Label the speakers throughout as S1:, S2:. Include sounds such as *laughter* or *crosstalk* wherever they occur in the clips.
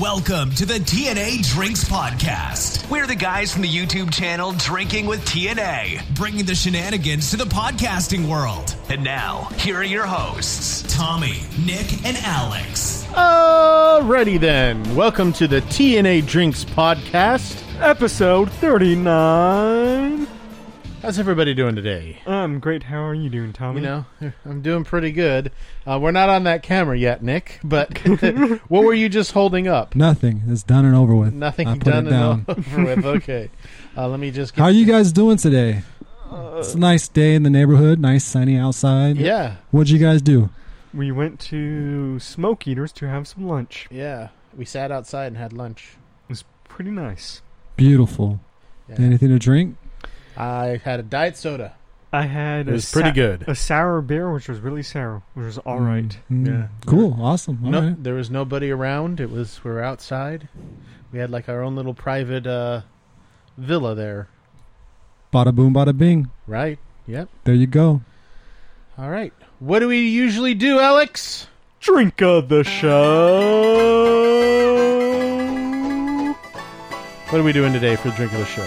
S1: Welcome to the TNA Drinks Podcast. We're the guys from the YouTube channel Drinking with TNA, bringing the shenanigans to the podcasting world. And now, here are your hosts, Tommy, Nick, and Alex.
S2: Alrighty then, welcome to the TNA Drinks Podcast.
S3: Episode 39.
S2: How's everybody doing today?
S3: I'm great. How are you doing, Tommy?
S2: You know, I'm doing pretty good. Uh, we're not on that camera yet, Nick, but *laughs* what were you just holding up?
S4: Nothing. It's done and over with.
S2: Nothing
S4: I put
S2: done
S4: it down.
S2: and over *laughs* with.
S4: *laughs*
S2: Okay. Uh, let me just get.
S4: How are you guys doing today? it's a nice day in the neighborhood. Nice sunny outside.
S2: Uh, yeah,
S4: What'd you guys do?
S3: We went to Smoke Eaters to have some lunch.
S2: yeah. We sat outside and had lunch.
S3: It was pretty nice.
S4: Beautiful.
S2: Yeah.
S4: Anything to drink?
S2: I had a diet soda.
S3: I had
S2: It
S3: a
S2: was pretty good.
S3: A sour beer, which was really sour, which was all right.
S4: Mm.
S2: Yeah.
S4: Cool. Awesome. All
S2: no,
S4: right.
S2: there was nobody around. It was we were outside. We had like our own little private uh, villa there,
S4: Bada boom, bada bing.
S2: right? Yep.
S4: There you go.
S2: All right. What do we usually do, Alex?
S3: Drink of the show.
S2: What are we doing today for the drink of the show?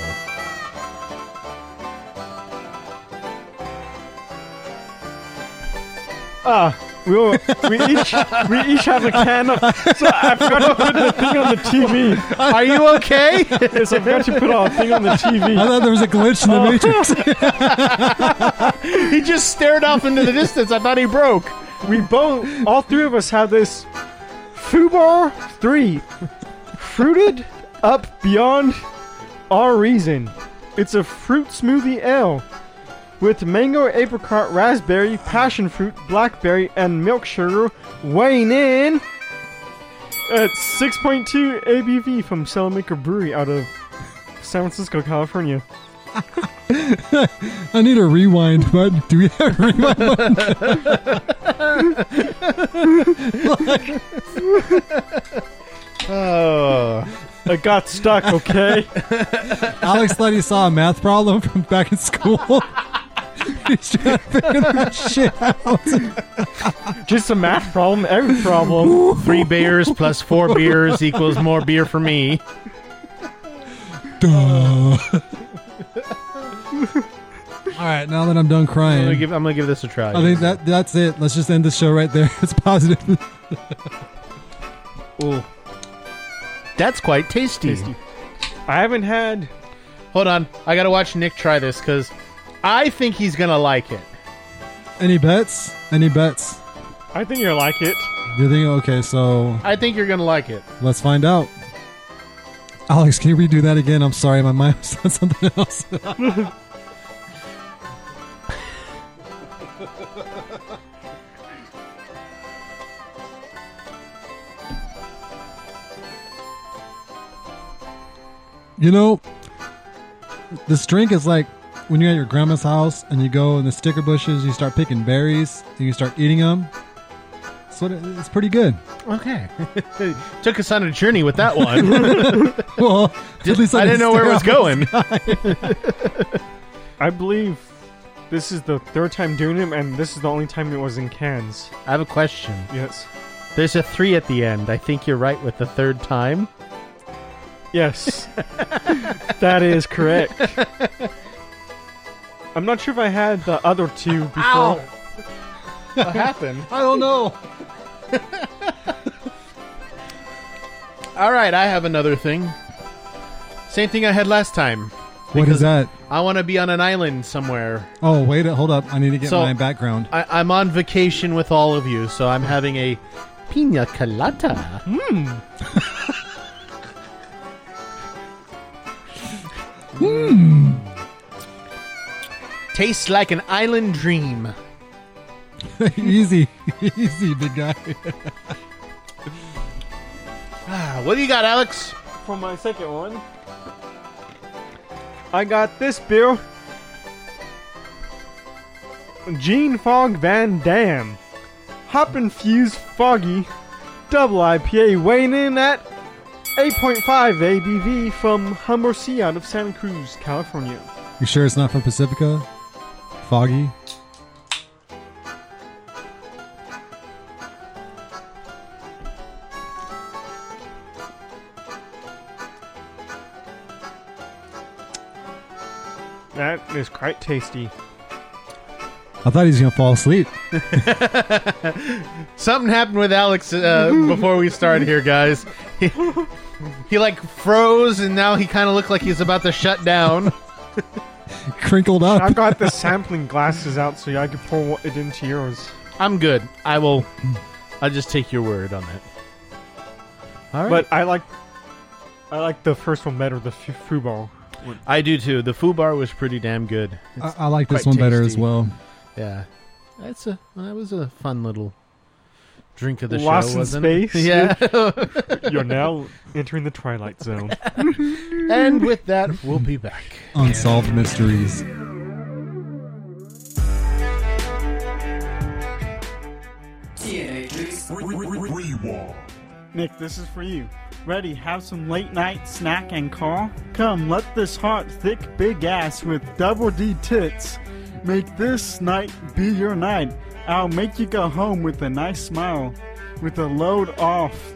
S3: Ah, we, all, we each we each have a can of. So I forgot to put the thing on the TV.
S2: *laughs* Are you okay?
S3: Yes, I forgot to put our thing on the
S4: I
S3: TV.
S4: thought there was a glitch in the
S2: *laughs*
S4: matrix.
S2: he just stared off into the distance. I thought he broke.
S3: We both, all three of us, have this Fubar Three, fruited up beyond our reason. It's a fruit smoothie ale with mango, apricot, raspberry, passion fruit, blackberry, and milk sugar, weighing in at 6.2 ABV from Salamaker Brewery out of San Francisco, California.
S4: I need a rewind button. Do we have a
S2: *laughs*
S4: rewind button?
S2: Oh.
S3: I got stuck. Okay.
S4: Alex thought he saw a math problem from back in school. *laughs* He's trying to figure that shit out.
S3: Just a math problem, every problem.
S2: Three beers plus four beers equals more beer for me.
S4: Duh. All right, now that I'm done
S2: I'm gonna
S4: crying,
S2: give, I'm gonna give this a try.
S4: I think that that's it. Let's just end the show right there. *laughs* It's positive.
S2: Ooh. That's quite tasty.
S3: Tasty. I haven't had.
S2: Hold on, I gotta watch Nick try this because I think he's gonna like it.
S4: Any bets? Any bets?
S3: I think you'll like it.
S4: You think? Okay, so
S2: I think you're gonna like it.
S4: let's find out. Alex, can we do that again? I'm sorry, my mind was *laughs* on something else. You know, this drink is like when you're at your grandma's house and you go in the sticker bushes, you start picking berries and you start eating them. So it- it's pretty good.
S2: Okay. *laughs* Took us on a journey with that one.
S4: Well, at least I,
S2: I didn't know where it
S4: stare
S2: was
S4: out.
S2: going.
S3: I believe this is the third time doing it, and this is the only time it was in cans.
S2: I have a question.
S3: Yes.
S2: There's a three at the end. I think you're right with the third time. *laughs*
S3: Yes. that is correct. I'm not sure if I had the other two before.
S2: What happened?
S4: I don't know.
S2: All right, I have another thing. Same thing I had last time.
S4: What
S2: Because
S4: is that?
S2: I want to be on an island somewhere.
S4: Oh, wait, hold up. I need to get
S2: So-
S4: my background. *laughs*
S2: I, I'm on vacation with all of you, so I'm having a pina colada. *laughs* Hmm. Tastes like an island dream.
S4: easy, *laughs* easy, big guy.
S2: Ah, what do you got, Alex?
S3: For my second one, I got this beer. Gene Fog Van Dam. Hop infused foggy. Double IPA weighing in at 8.5 ABV from Humber Sea out of Santa Cruz, California.
S4: You sure it's not from Pacifica? Foggy?
S3: is quite tasty.
S4: I thought he was gonna fall asleep.
S2: Something happened with Alex
S3: *laughs*
S2: uh, before we started here, guys. He, he like froze, and now he kind of looked like he's about to shut down.
S4: Crinkled up.
S3: I've got the sampling glasses out so I can pour it into yours.
S2: I'm good. I will. I'll just take your word on that. All right.
S3: But I like, I like the first one better, the f- fooball.
S2: I do too. The foo bar was pretty damn good.
S3: Uh,
S4: I, I like this
S2: quite
S4: one better as
S2: tasty.
S4: well.
S2: Yeah, that's a that was a fun little drink of the
S3: Lost
S2: show,
S3: in
S2: wasn't
S3: space?
S2: it? *laughs* Yeah.
S3: You're now entering the twilight
S2: *laughs*
S3: zone.
S2: and with that, we'll be back.
S4: Unsolved mysteries.
S5: TNA Drinks.
S6: Nick, this is for you. Ready, have some late night snack and call? Come, let this hot, thick, big ass with double D tits make this night be your night. I'll make you go home with a nice smile, with a load off.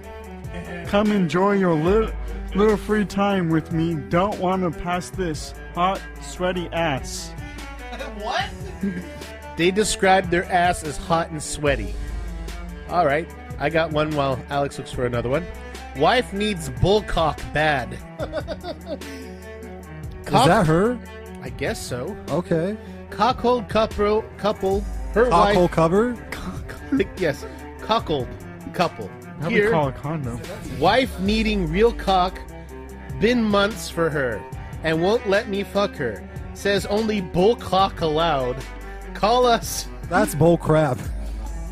S6: Come enjoy your little, little free time with me. Don't want to pass this hot, sweaty ass.
S2: They described their ass as hot and sweaty. All right, I got one while Alex looks for another one. Wife needs bullcock *laughs* bad.
S4: Is that her?
S2: I guess so.
S4: Okay.
S2: Cockhold couple, couple. Her
S4: Cockle
S2: wife.
S4: cover.
S2: *laughs* yes, cockhold couple.
S3: How do we
S2: Here,
S3: call a condom?
S2: wife needing real cock. Been months for her, and won't let me fuck her. Says only bullcock allowed. Call us.
S4: That's bull crap.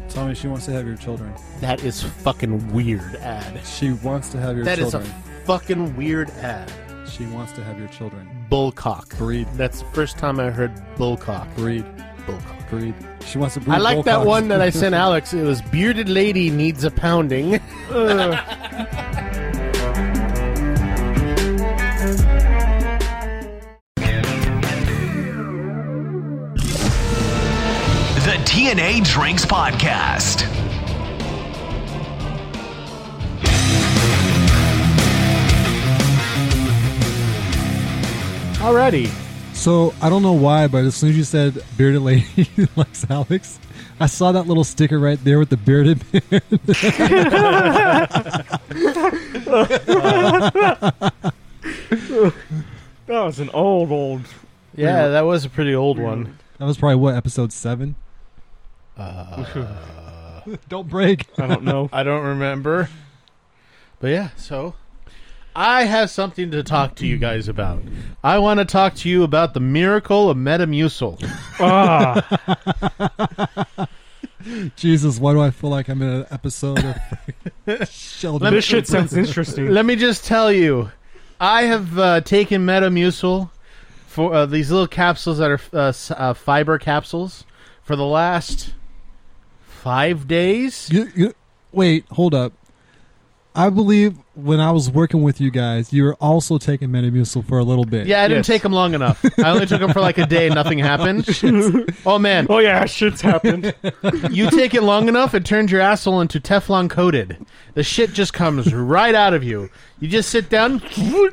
S4: Tell me she wants to have your children.
S2: That is fucking weird ad.
S4: She wants to have your
S2: That is a
S4: children.
S2: fucking weird ad.
S4: she wants to have your children.
S2: Bullcock.
S4: Breed.
S2: That's the first time I heard bullcock.
S4: Breed.
S2: Bullcock.
S4: Breed. She wants to breed.
S2: I like
S4: bull
S2: that
S4: cocks.
S2: one that I *laughs* sent Alex. It was bearded lady needs a pounding. *laughs*
S1: The TNA Drinks Podcast.
S2: Alrighty.
S4: *laughs* So I don't know why, but as soon as you said bearded lady *laughs* likes Alex, I saw that little sticker right there with the bearded *laughs* man.
S3: That was an old, old.
S2: Yeah, that was a pretty old one.
S4: That was probably what episode seven. *laughs* don't break.
S3: I don't know.
S2: I don't remember. But yeah, so I have something to talk to you guys about. I want to talk to you about the miracle of Metamucil.
S3: ah,
S4: Jesus, why do I feel like I'm in an episode of Sheldon?
S3: this shit sounds
S2: *laughs*
S3: interesting.
S2: Let me just tell you, I have uh, taken Metamucil for uh, these little capsules that are uh, s- uh, fiber capsules for the last five days.
S4: You- you- wait, hold up. I believe when I was working with you guys, you were also taking Metamucil for a little bit.
S2: Yeah, I didn't
S3: Yes.
S2: take them long enough. I only took them for like a day. and Nothing *laughs* happened. oh man,
S3: Oh yeah, shit's happened.
S2: you take it long enough, it turns your asshole into Teflon coated. The shit just comes right out of you. You just sit down,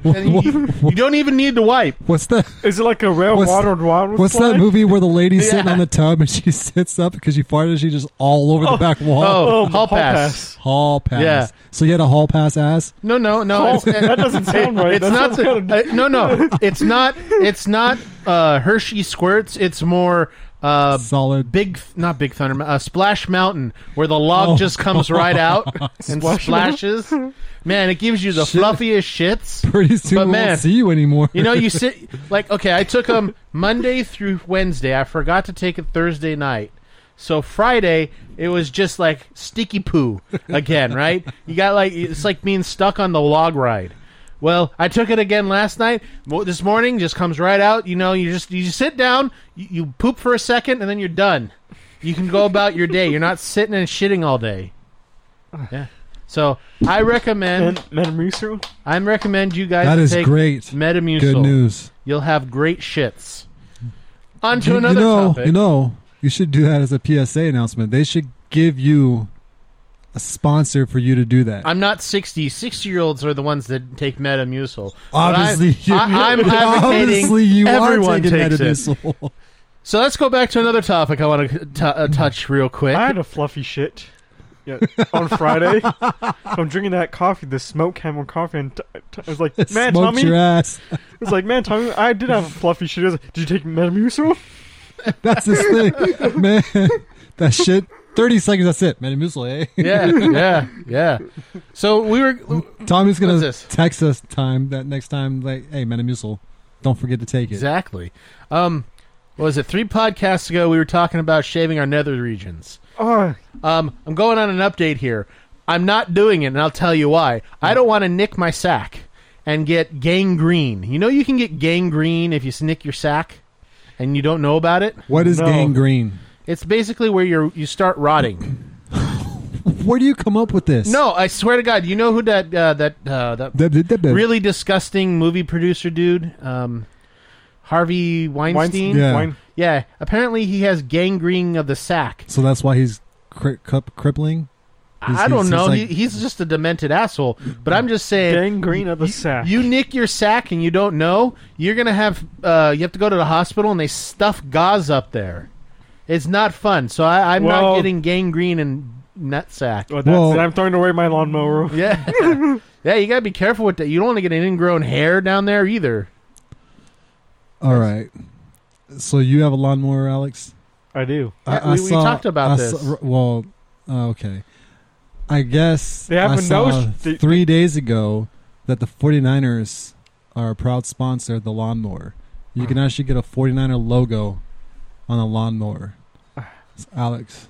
S2: and *laughs* you, you don't even need to wipe.
S4: What's that?
S3: Is it like a rail
S4: What's-
S3: water water
S4: What's
S3: slide?
S4: that movie where the lady's sitting
S2: Yeah.
S4: on the tub and she *laughs* sits up because she farted? and She just all over the back wall.
S2: Oh,
S3: Oh,
S2: hall
S3: hall
S2: pass.
S4: Hall pass.
S2: Yeah.
S4: So you had a hall pass ass.
S2: No, no, no.
S3: Hall-
S2: it's- *laughs* it-
S3: Oh, that doesn't sound right.
S2: It's
S3: That
S2: not.
S3: sounds
S2: The,
S3: kinda-
S2: uh, no,
S3: *laughs*
S2: no. It's not. It's not uh, Hershey squirts. It's more uh,
S4: Solid.
S2: big, not Big Thunder, Mo- uh, Splash Mountain, where the log
S4: Oh.
S2: just comes right
S4: *laughs*
S2: out and
S3: Splash
S2: splashes. Man, it gives you the
S4: Shit.
S2: fluffiest shits.
S4: Pretty soon
S2: But
S4: we
S2: man,
S4: won't see you anymore.
S2: You know,
S4: *laughs*
S2: you sit like okay. I took them Monday through Wednesday. I forgot to take it Thursday night. So Friday, it was just like sticky poo again, right? You got like it's like being stuck on the log ride. Well, I took it again last night. Mo- This morning, just comes right out. You know, you just you just sit down, you, you poop for a second, and then you're done. You can go about your day. You're not sitting and shitting all day. Yeah. So I recommend
S3: And Metamucil?
S2: I recommend you guys
S4: that
S2: to
S4: is
S2: take
S4: great.
S2: Metamucil
S4: Good news.
S2: you'll have great shits. On to
S4: You-
S2: another
S4: you know,
S2: topic.
S4: you know, you should do that as a PSA announcement. They should give you a a sponsor for you to do that.
S2: I'm not 60. 60 year olds are the ones that take Metamucil. But
S4: obviously, you, *laughs*
S2: I'm, I, am advocating
S4: obviously you
S2: everyone
S4: are taking
S2: takes it.
S4: *laughs* Metamucil.
S2: So let's go back to another topic I want to t- uh, touch real quick.
S6: I
S3: I had a fluffy shit yeah, on Friday. I'm drinking that coffee, the smoke camel coffee, and t- t- I was like, man,
S4: Smoked
S3: Tommy,
S4: your ass.
S3: I was like, man, Tommy, I did have a fluffy shit. I was like, did you take Metamucil?
S4: That's his thing, man. That shit. Thirty seconds. That's it. Metamucil. Eh?
S2: Yeah, yeah, yeah. So we were What's
S4: Tommy's gonna
S2: this?
S4: text us time that next time. Like, hey, Metamucil, don't forget to take it.
S2: exactly. Um, what was it three podcasts ago? We were talking about shaving our nether regions.
S3: Oh,
S2: Um, I'm going on an update here. I'm not doing it, and I'll tell you why. I don't want to nick my sack and get gangrene. You know, you can get gangrene if you nick your sack, and you don't know about it.
S4: What is
S3: No.
S4: gangrene?
S2: It's basically where you you start *clears throat* rotting.
S4: Where do you come up with this?
S2: No, I swear to God, you know who that uh, that uh, that
S4: Da- da- da- da-
S2: really disgusting movie producer dude, um, Harvey Weinstein.
S4: Yeah.
S3: Wine.
S2: Yeah, apparently he has gangrene of the sack.
S4: So that's why he's cri- cup- crippling. He's-
S2: I
S4: he's-
S2: don't
S4: he's
S2: know.
S4: like-
S2: he, he's just a demented asshole. But I'm just saying,
S3: Gangrene of the
S2: you-
S3: sack.
S2: You nick your sack and you don't know. You're gonna have. Uh, you have to go to the hospital and they stuff gauze up there. It's not fun. So I, I'm not
S3: Well-
S2: getting gangrene and nut sack.
S3: Well, Oh, that's
S4: Well-
S3: it. I'm throwing away my lawnmower.
S2: *laughs* Yeah. yeah, you got to be careful with that. You don't want to get an ingrown hair down there either.
S4: All right. So you have a lawnmower, Alex?
S3: I do.
S2: Yeah, we- we talked about
S4: I
S2: this.
S4: saw- well, uh, okay. I guess
S3: They have
S4: I
S3: a
S4: saw
S3: nose- they-
S4: three days ago that the 49ers are a proud sponsor of the lawnmower. You
S2: Hmm.
S4: can actually get a 49er logo on a lawnmower. It's Alex,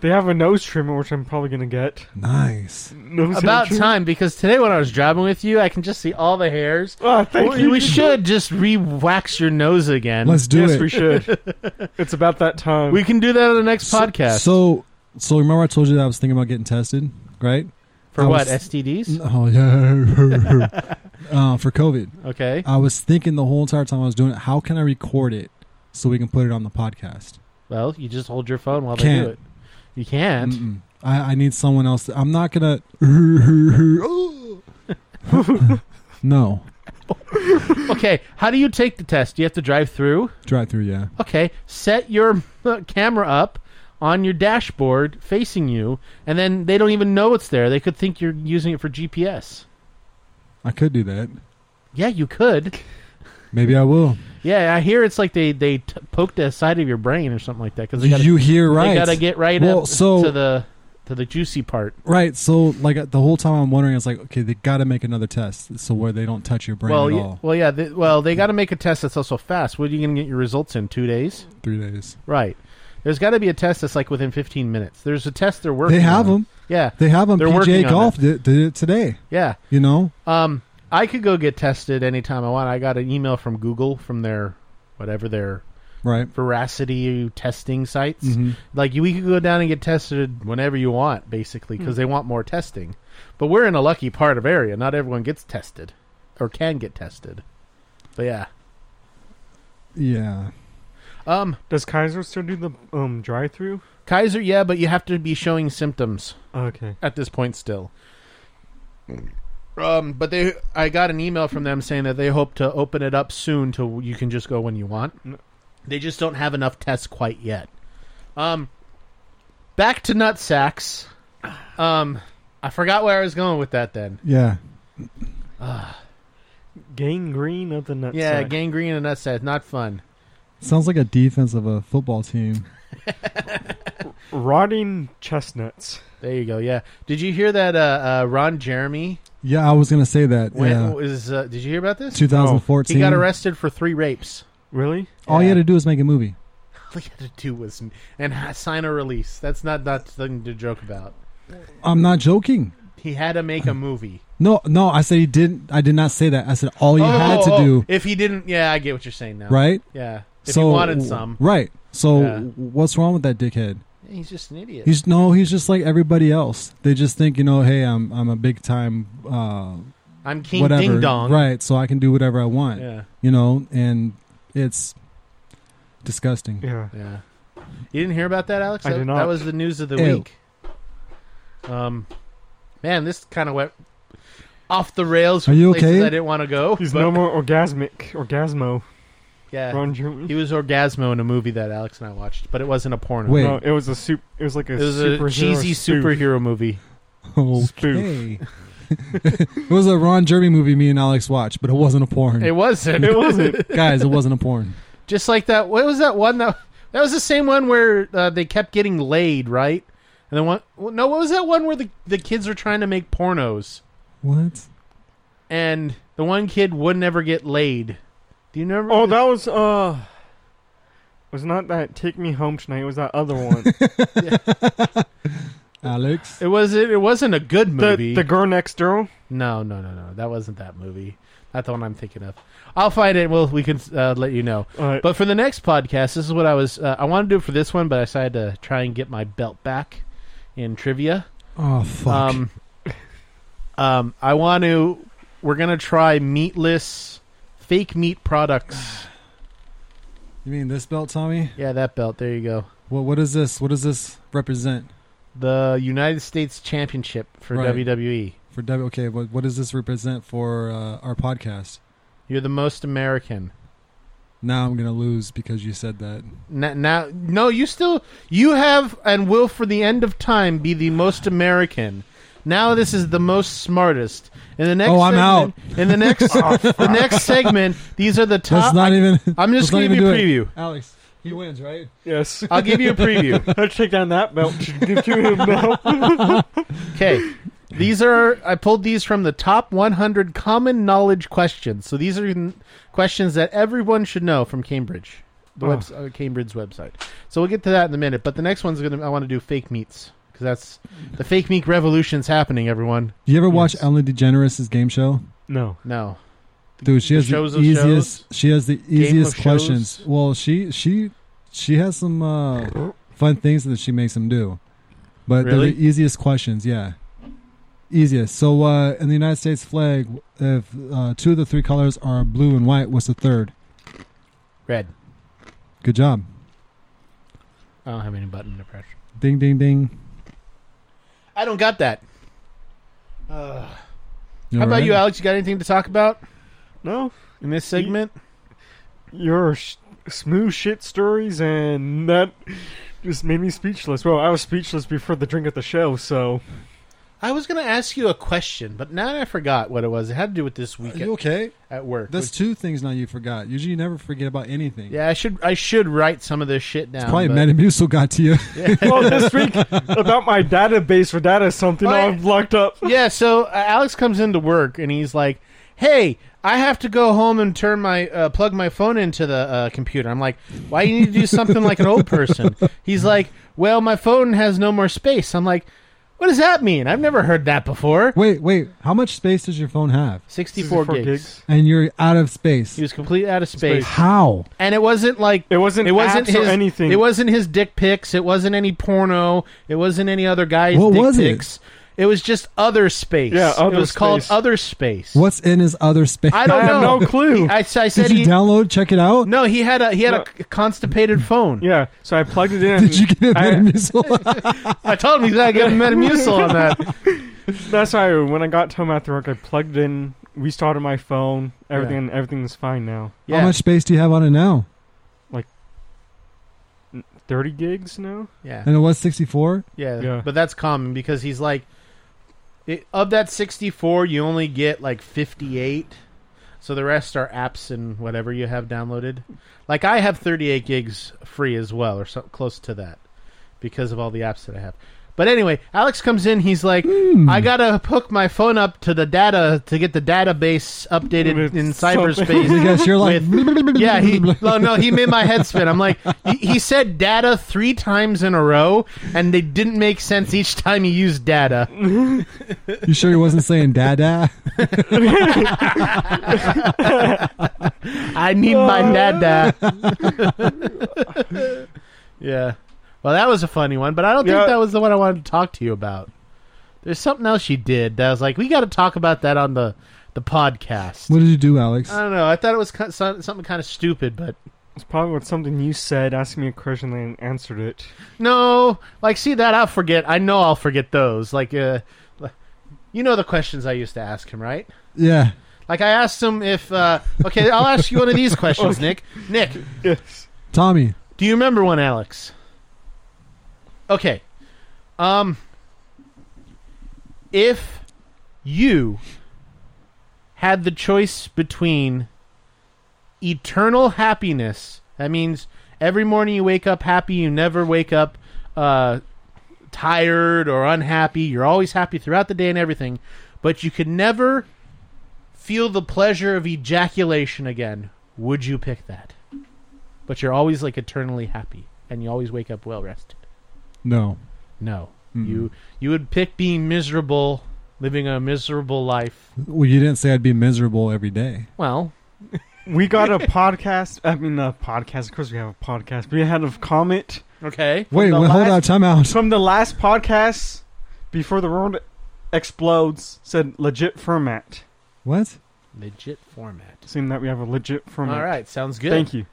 S3: They have a nose trimmer, which I'm probably gonna get.
S4: nice.
S3: Nose
S2: About
S3: trimmer?
S2: time because today when I was driving with you, I can just see all the hairs.
S3: Oh, thank
S2: We,
S3: you.
S2: we should just re-wax your nose again.
S4: Let's do
S3: yes,
S4: it.
S3: we should.
S2: *laughs*
S3: it's about that time.
S2: we can do that on the next podcast.
S4: So, so remember I told you that I was thinking about getting tested,
S2: *laughs*
S4: right? *laughs*
S2: For
S4: I
S2: what?
S4: was-
S2: STDs?
S4: Oh yeah, *laughs* uh, for COVID.
S2: Okay.
S4: I was thinking the whole entire time I was doing it, how can I record it so we can put it on the podcast?
S2: Well, you just hold your phone while they
S4: Can't.
S2: do it. You can't.
S4: Mm-mm. I, I need someone else. To, I'm not
S2: *laughs*
S4: gonna. no,
S2: Okay. How do you take the test? Do you have to drive through?
S4: drive through. Yeah,
S2: Okay. Set your *laughs* camera up on your dashboard facing you, and then they don't even know it's there. They could think you're using it for GPS.
S4: I could do that.
S2: Yeah, you could.
S4: Maybe I will.
S2: Yeah, I hear it's like they they t- poked the side of your brain or something like that because they got
S4: you hear right?
S2: they got to get right
S4: Well,
S2: up
S4: so-
S2: to the to the juicy part.
S4: right. So like the whole time I'm wondering, it's like okay, they got to make another test so where they don't touch your brain
S2: well,
S4: at
S2: yeah,
S4: all.
S2: well, yeah, they, well, they got to make a test that's also fast. What are you going to get your results in two days?
S4: Three days.
S2: Right. There's got to be a test that's like within 15 minutes. There's a test they're working.
S4: They have
S2: on.
S4: them.
S2: Yeah,
S4: They have them.
S2: They're working
S4: PGA
S2: on
S4: Golf did, did it today.
S2: yeah.
S4: You know,
S2: Um, I could go get tested anytime I want. I got an email from Google from their whatever their
S4: right?
S2: veracity testing sites.
S4: Mhm.
S2: Like you, we could go down and get tested whenever you want, basically, because they want more testing. But we're in a lucky part of area. Not everyone gets tested or can get tested. But yeah,
S4: Yeah.
S2: um,
S3: Does Kaiser still do the um drive-through?
S2: Kaiser, yeah, but you have to be showing symptoms.
S3: Okay.
S2: at this point still. Um, but they, I got an email from them saying that they hope to open it up soon to you can just go when you want. They just don't have enough tests quite yet. Um, back to nut sacks. Um, I forgot where I was going with that. Then,
S4: Yeah.
S3: Gangrene of the nut.
S2: yeah,
S3: sack.
S2: gangrene and nut sack, not fun.
S4: Sounds like a defense of a football team.
S3: rotting chestnuts.
S2: There you go. Yeah. Did you hear that? Uh, uh Ron Jeremy
S4: Yeah, I was gonna say that.
S2: went,
S4: yeah.
S2: was. Uh, did you hear about this?
S4: 2014.
S2: He got arrested for three rapes.
S3: Really?
S4: All you
S2: Yeah.
S4: had to do was make a movie.
S2: all you had to do was and ha- sign a release. That's not not something to joke about.
S4: I'm not joking.
S2: He had to make a movie.
S4: No, no, I said he didn't. I did not say that. I said all you had to do,
S2: If he didn't, yeah, I get what you're saying now.
S4: right?
S2: Oh, Yeah. If
S4: so
S2: he wanted some,
S4: right? So
S2: Yeah.
S4: what's wrong with that dickhead?
S2: he's just an idiot.
S4: He's no, he's just like everybody else. They just think, you know, hey, I'm I'm a big time uh,
S2: I'm King
S4: whatever,
S2: Ding Dong.
S4: right? So I can do whatever I want,
S2: Yeah.
S4: you know, and it's disgusting.
S3: Yeah.
S2: Yeah. You didn't hear about that, Alex?
S3: I
S2: that,
S3: did
S2: That
S3: not.
S2: was the news of the
S4: Ew.
S2: week. Um, man, this kind of went off the rails.
S4: Are
S2: with
S4: you
S2: places
S4: okay?
S2: I didn't want to go.
S6: He's
S3: He's no
S2: but-
S3: more orgasmic. Orgasmo.
S2: Yeah,
S3: Ron Jeremy.
S2: he was orgasmo in a movie that Alex and I watched, but it wasn't a porno.
S4: Wait.
S3: No, it was a soup. It was like a
S2: it was a
S3: superhero
S2: cheesy
S3: spoof.
S2: superhero movie.
S4: Okay. *laughs* it was a Ron Jeremy movie me and Alex watched, but it wasn't a porn.
S2: It wasn't.
S3: It wasn't.
S4: Guys, it wasn't a porn.
S2: *laughs* Just like that. What was that one that? That was the same one where uh, they kept getting laid, right? And then one. No, what was that one where the the kids were trying to make pornos?
S4: What?
S2: and the one kid would never get laid. Do you remember?
S3: oh, that was uh. Was not that "Take Me Home Tonight"? It was that other *laughs* one?
S4: Alex?
S2: it was it. It wasn't a good
S3: the
S2: movie.
S3: the girl next door.
S2: no, no, no, no. That wasn't that movie. Not the one I'm thinking of. I'll find it. Well, we can uh, let you know.
S3: Alright.
S2: But for the next podcast, this is what I was. Uh, I wanted to do it for this one, but I decided to try and get my belt back in trivia.
S4: Oh, fuck.
S2: Um, um, I want to. We're gonna try meatless, fake meat
S4: *sighs*
S2: products.
S4: you mean this belt, Tommy?
S2: Yeah, that belt. There you go.
S4: What, what is this? What does this represent?
S2: The United States Championship for E.
S4: Right.
S2: WWE.
S4: For W okay, what, what does this represent for uh, our podcast?
S2: You're the most American.
S4: Now I'm gonna lose because you said that.
S2: Now, now no, you still you have and will for the end of time be the most American. Now this is the most smartest. In the next
S4: Oh, I'm Oh,
S2: segment, In the next
S4: *laughs*
S2: the next segment, these are the
S4: That's
S2: top.
S4: not even.
S2: I'm just
S4: *laughs* let's
S2: gonna
S4: not
S2: give
S4: even
S2: you a
S4: do it.
S2: preview.
S4: Alex, he wins, right?
S3: Yes,
S2: I'll give
S4: *laughs*
S2: you a preview.
S3: I take down that belt to give to him now.
S2: Okay.
S4: *laughs*
S2: These are I pulled these from the top 100 common knowledge questions. So these are n- questions that everyone should know from Cambridge,
S4: Oh.
S2: the webs- uh, Cambridge website. So we'll get to that in a minute. But the next one's gonna I want to do fake meats because that's the fake meat revolution's happening. Everyone,
S4: Do you ever watch
S2: Yes.
S4: Ellen DeGeneres' game show?
S3: No,
S2: no,
S4: Dude, she
S2: The
S4: has
S2: shows
S4: the
S2: of
S4: easiest. She has the easiest
S2: of
S4: questions.
S2: shows?
S4: Well, she she she has some uh, fun things that she makes them do, but
S2: Really?
S4: they're the easiest questions. Yeah, easiest. So uh, in the United States flag, if uh, two of the three colors are blue and white, what's the third?
S2: red.
S4: Good job.
S2: I don't have any button to press.
S4: Ding ding ding.
S2: I don't got that.
S4: You
S2: How about
S4: alright?
S2: you, Alex? You got anything to talk about
S3: no.
S2: in this segment?
S3: Your sh- smooth shit stories and that just made me speechless. Well, I was speechless before the drink at the show, so
S2: I was gonna ask you a question, but now I forgot what it was. It had to do with this
S4: Are
S2: weekend
S4: you okay?
S2: at work.
S4: That's
S2: which-
S4: two things now you forgot. Usually you never forget about anything.
S2: yeah, I should I should write some of this shit down.
S4: Probably
S2: but-
S4: Metamucil got to you. *laughs*
S3: well, this week about my database for data something
S2: Oh, yeah.
S3: I'm locked up.
S2: yeah, so uh, Alex comes into work and he's like, "Hey, I have to go home and turn my uh, plug my phone into the uh, computer." I'm like, "Why do you need to do something like an old person?" He's like, "Well, my phone has no more space." I'm like, "What does that mean? I've never heard that before."
S4: wait, wait. How much space does your phone have?
S2: 64 gigs.
S4: And you're out of space.
S2: He was completely out of space,
S4: How?
S2: and it wasn't like
S3: It wasn't
S2: it wasn't
S3: apps or
S2: his
S3: anything.
S2: It wasn't his dick pics. It wasn't any porno. It wasn't any other guy's
S4: What
S2: dick
S4: was it?
S2: pics. It was just other space.
S3: Yeah,
S2: it
S3: Other
S2: was called
S3: Space.
S2: other space.
S4: What's in his other space?
S2: I don't
S3: I have
S2: know.
S3: no
S2: *laughs*
S3: clue.
S2: I, I said
S4: Did you
S2: he,
S4: download? Check it out.
S2: no. He had a he had
S3: No.
S2: a c- constipated phone.
S3: *laughs* Yeah, so I plugged it in.
S4: *laughs* Did you get a
S2: *laughs*
S3: I-
S4: Metamucil?
S2: I told him he's got to get a Metamucil on
S3: *laughs*
S2: that.
S3: That's why when I got home after work, I plugged in, restarted my phone, everything,
S2: Yeah.
S3: and everything's fine now.
S2: Yeah.
S4: How much space do you have on it now?
S3: Oh, Thirty gigs now.
S2: Yeah.
S4: And it was
S3: *laughs*
S4: 64.
S2: yeah,
S3: Yeah.
S2: But that's common because he's like, it, of that sixty-four, you only get like fifty-eight. So the rest are apps and whatever you have downloaded. Like I have thirty-eight gigs free as well, or so close to that, because of all the apps that I have. But anyway, Alex comes in. He's like,
S3: Hmm.
S2: "I gotta hook my phone up to the data to get the database updated
S3: With
S2: in
S3: something.
S2: cyberspace."
S4: Because you're like,
S2: Yeah, he no, no, he made my head spin. I'm like, he, he said data three times in a row, and they didn't make sense each time he used data.
S4: *laughs* you sure he wasn't saying dada? *laughs*
S2: I need my data. yeah. Well, that was a funny one, but I don't think
S3: Yeah.
S2: that was the one I wanted to talk to you about. There's something else she did that I was like, we got to talk about that on the the podcast.
S4: What did you do, Alex?
S3: Uh,
S2: I don't know. I thought it was ki- so- something kind of stupid, but
S3: It's probably what something you said, asking me a question, and I answered it.
S2: No, like see that I'll forget. I know I'll forget those. Like, uh, li- you know the questions I used to ask him, right?
S4: Yeah.
S2: Like I asked him if uh, okay, I'll ask you one of these questions, Nick. Nick,
S3: Yes.
S4: Tommy.
S2: do you remember one, Alex? Okay, um, if you had the choice between eternal happiness, that means every morning you wake up happy, you never wake up uh, tired or unhappy, you're always happy throughout the day and everything, but you could never feel the pleasure of ejaculation again, would you pick that? But you're always like eternally happy and you always wake up well rested.
S4: No.
S2: No. You you would pick being miserable, living a miserable life.
S4: Well, you didn't say I'd be miserable every day.
S2: Well,
S3: We got a podcast. I mean, a podcast. Of course, we have a podcast. We had a comment
S2: okay.
S4: Wait,
S3: the
S4: wait hold out.
S3: last-
S4: Time out. *laughs*
S3: from the last podcast before the world explodes. Said legit format.
S4: What?
S2: Legit format.
S3: Seeing that we have a legit format.
S2: All right, sounds good.
S3: Thank you.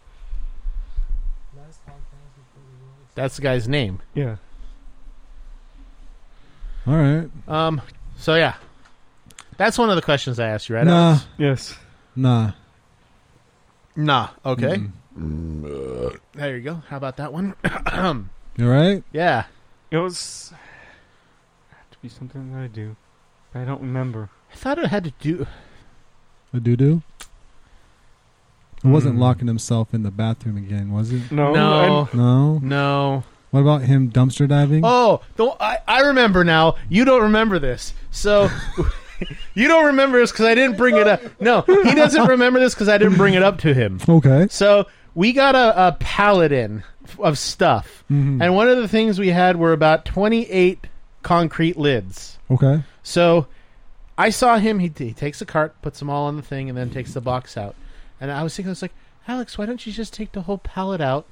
S2: That's the guy's name.
S3: Yeah.
S4: All right.
S2: Um so yeah. That's one of the questions I asked you, right?
S4: Nah.
S2: Alex?
S3: Yes.
S4: Nah.
S2: Nah. Okay. There you go. How about that one? *coughs*
S4: You all right?
S2: yeah.
S3: It was. had to be something that I do. But I don't remember.
S2: I thought it had to do
S4: A doo doo? It wasn't locking himself in the bathroom again, was it?
S3: No.
S2: Hmm. No.
S4: No.
S2: No.
S4: What about him dumpster diving?
S2: Oh, the, I, I remember now. You don't remember this. So *laughs* you don't remember this because I didn't bring it up. No, he doesn't remember this because I didn't bring it up to him.
S4: Okay.
S2: So we got a, a pallet in of stuff. And one of the things we had were about 28 concrete lids.
S4: Okay.
S2: So I saw him. He, he takes the cart, puts them all on the thing, and then takes the box out. And I was thinking, I was like, Alex, why don't you just take the whole pallet out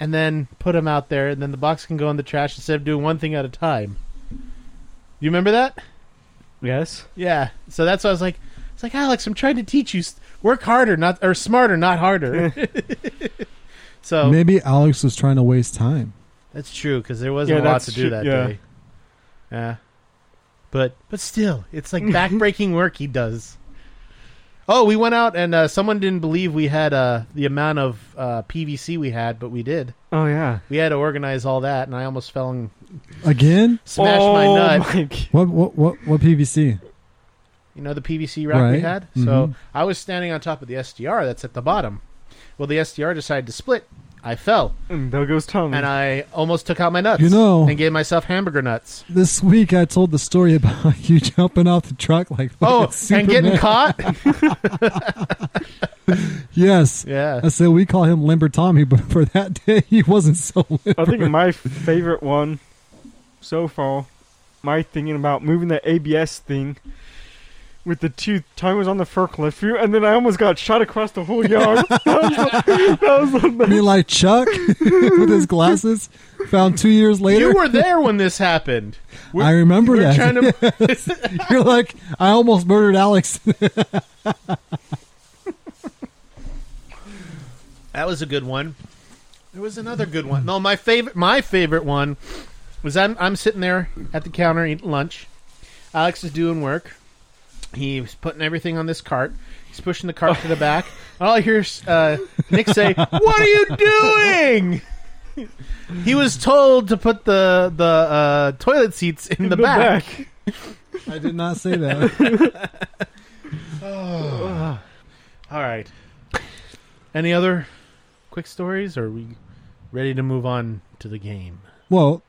S2: and then put them out there, and then the box can go in the trash instead of doing one thing at a time. You remember that?
S3: Yes.
S2: Yeah. So that's why I was like, it's like Alex, I'm trying to teach you s- work harder, not or smarter, not harder. *laughs* so
S4: Maybe Alex was trying to waste time.
S2: that's true because there wasn't a
S3: Yeah,
S2: lot
S3: that's
S2: to do
S3: true,
S2: that
S3: yeah.
S2: day. Yeah. But but still, it's
S3: *laughs*
S2: like backbreaking work he does. Oh, we went out and uh, someone didn't believe we had uh, the amount of uh, PVC we had, but we did.
S3: Oh yeah.
S2: We had to organize all that, and I almost fell and
S4: Again?
S2: smashed my
S3: Oh,
S2: nut.
S3: my g-
S4: What what what what PVC?
S2: you know the PVC rack we
S4: Right.
S2: had.
S4: Mhm.
S2: So I was standing on top of the SDR that's at the bottom. Well, the SDR decided to split. I fell
S3: *laughs* And there goes Tommy.
S2: and I almost took out my nuts.
S4: You know-
S2: and gave myself hamburger
S4: *laughs*
S2: nuts.
S4: This week I told the story about *laughs* you jumping off the truck like
S2: Oh,
S4: fucking Superman.
S2: and getting
S4: *laughs*
S2: caught.
S4: Yes.
S2: yeah,
S4: I said we call him Limber Tommy, *laughs* but for that day he wasn't so limber.
S2: *laughs*
S3: I think my favorite one so far, my thinking about moving the ABS thing with the two tongue was on the fur cliff view, and then I almost got shot across the whole
S2: *laughs*
S3: yard. that was, that was
S4: I mean, like Chuck *laughs* with his glasses, found two years later.
S2: you were there when this happened. We-
S4: I remember
S2: we were
S4: that.
S2: trying to-
S4: *laughs*
S2: *laughs*
S4: You're like, I almost murdered Alex. *laughs*
S2: that was a good one. There was another good one. No, my favorite, my favorite one was I'm I'm sitting there at the counter eating lunch. Alex is doing work. He's putting everything on this cart. He's pushing the cart to the *laughs* back. And all I hear is uh, Nick say, "What are you doing?" He was told to put the the uh, toilet seats in, the, back.
S4: I did not say that.
S2: All right. Any other quick stories? Or are we ready to move on to the game?
S4: Well,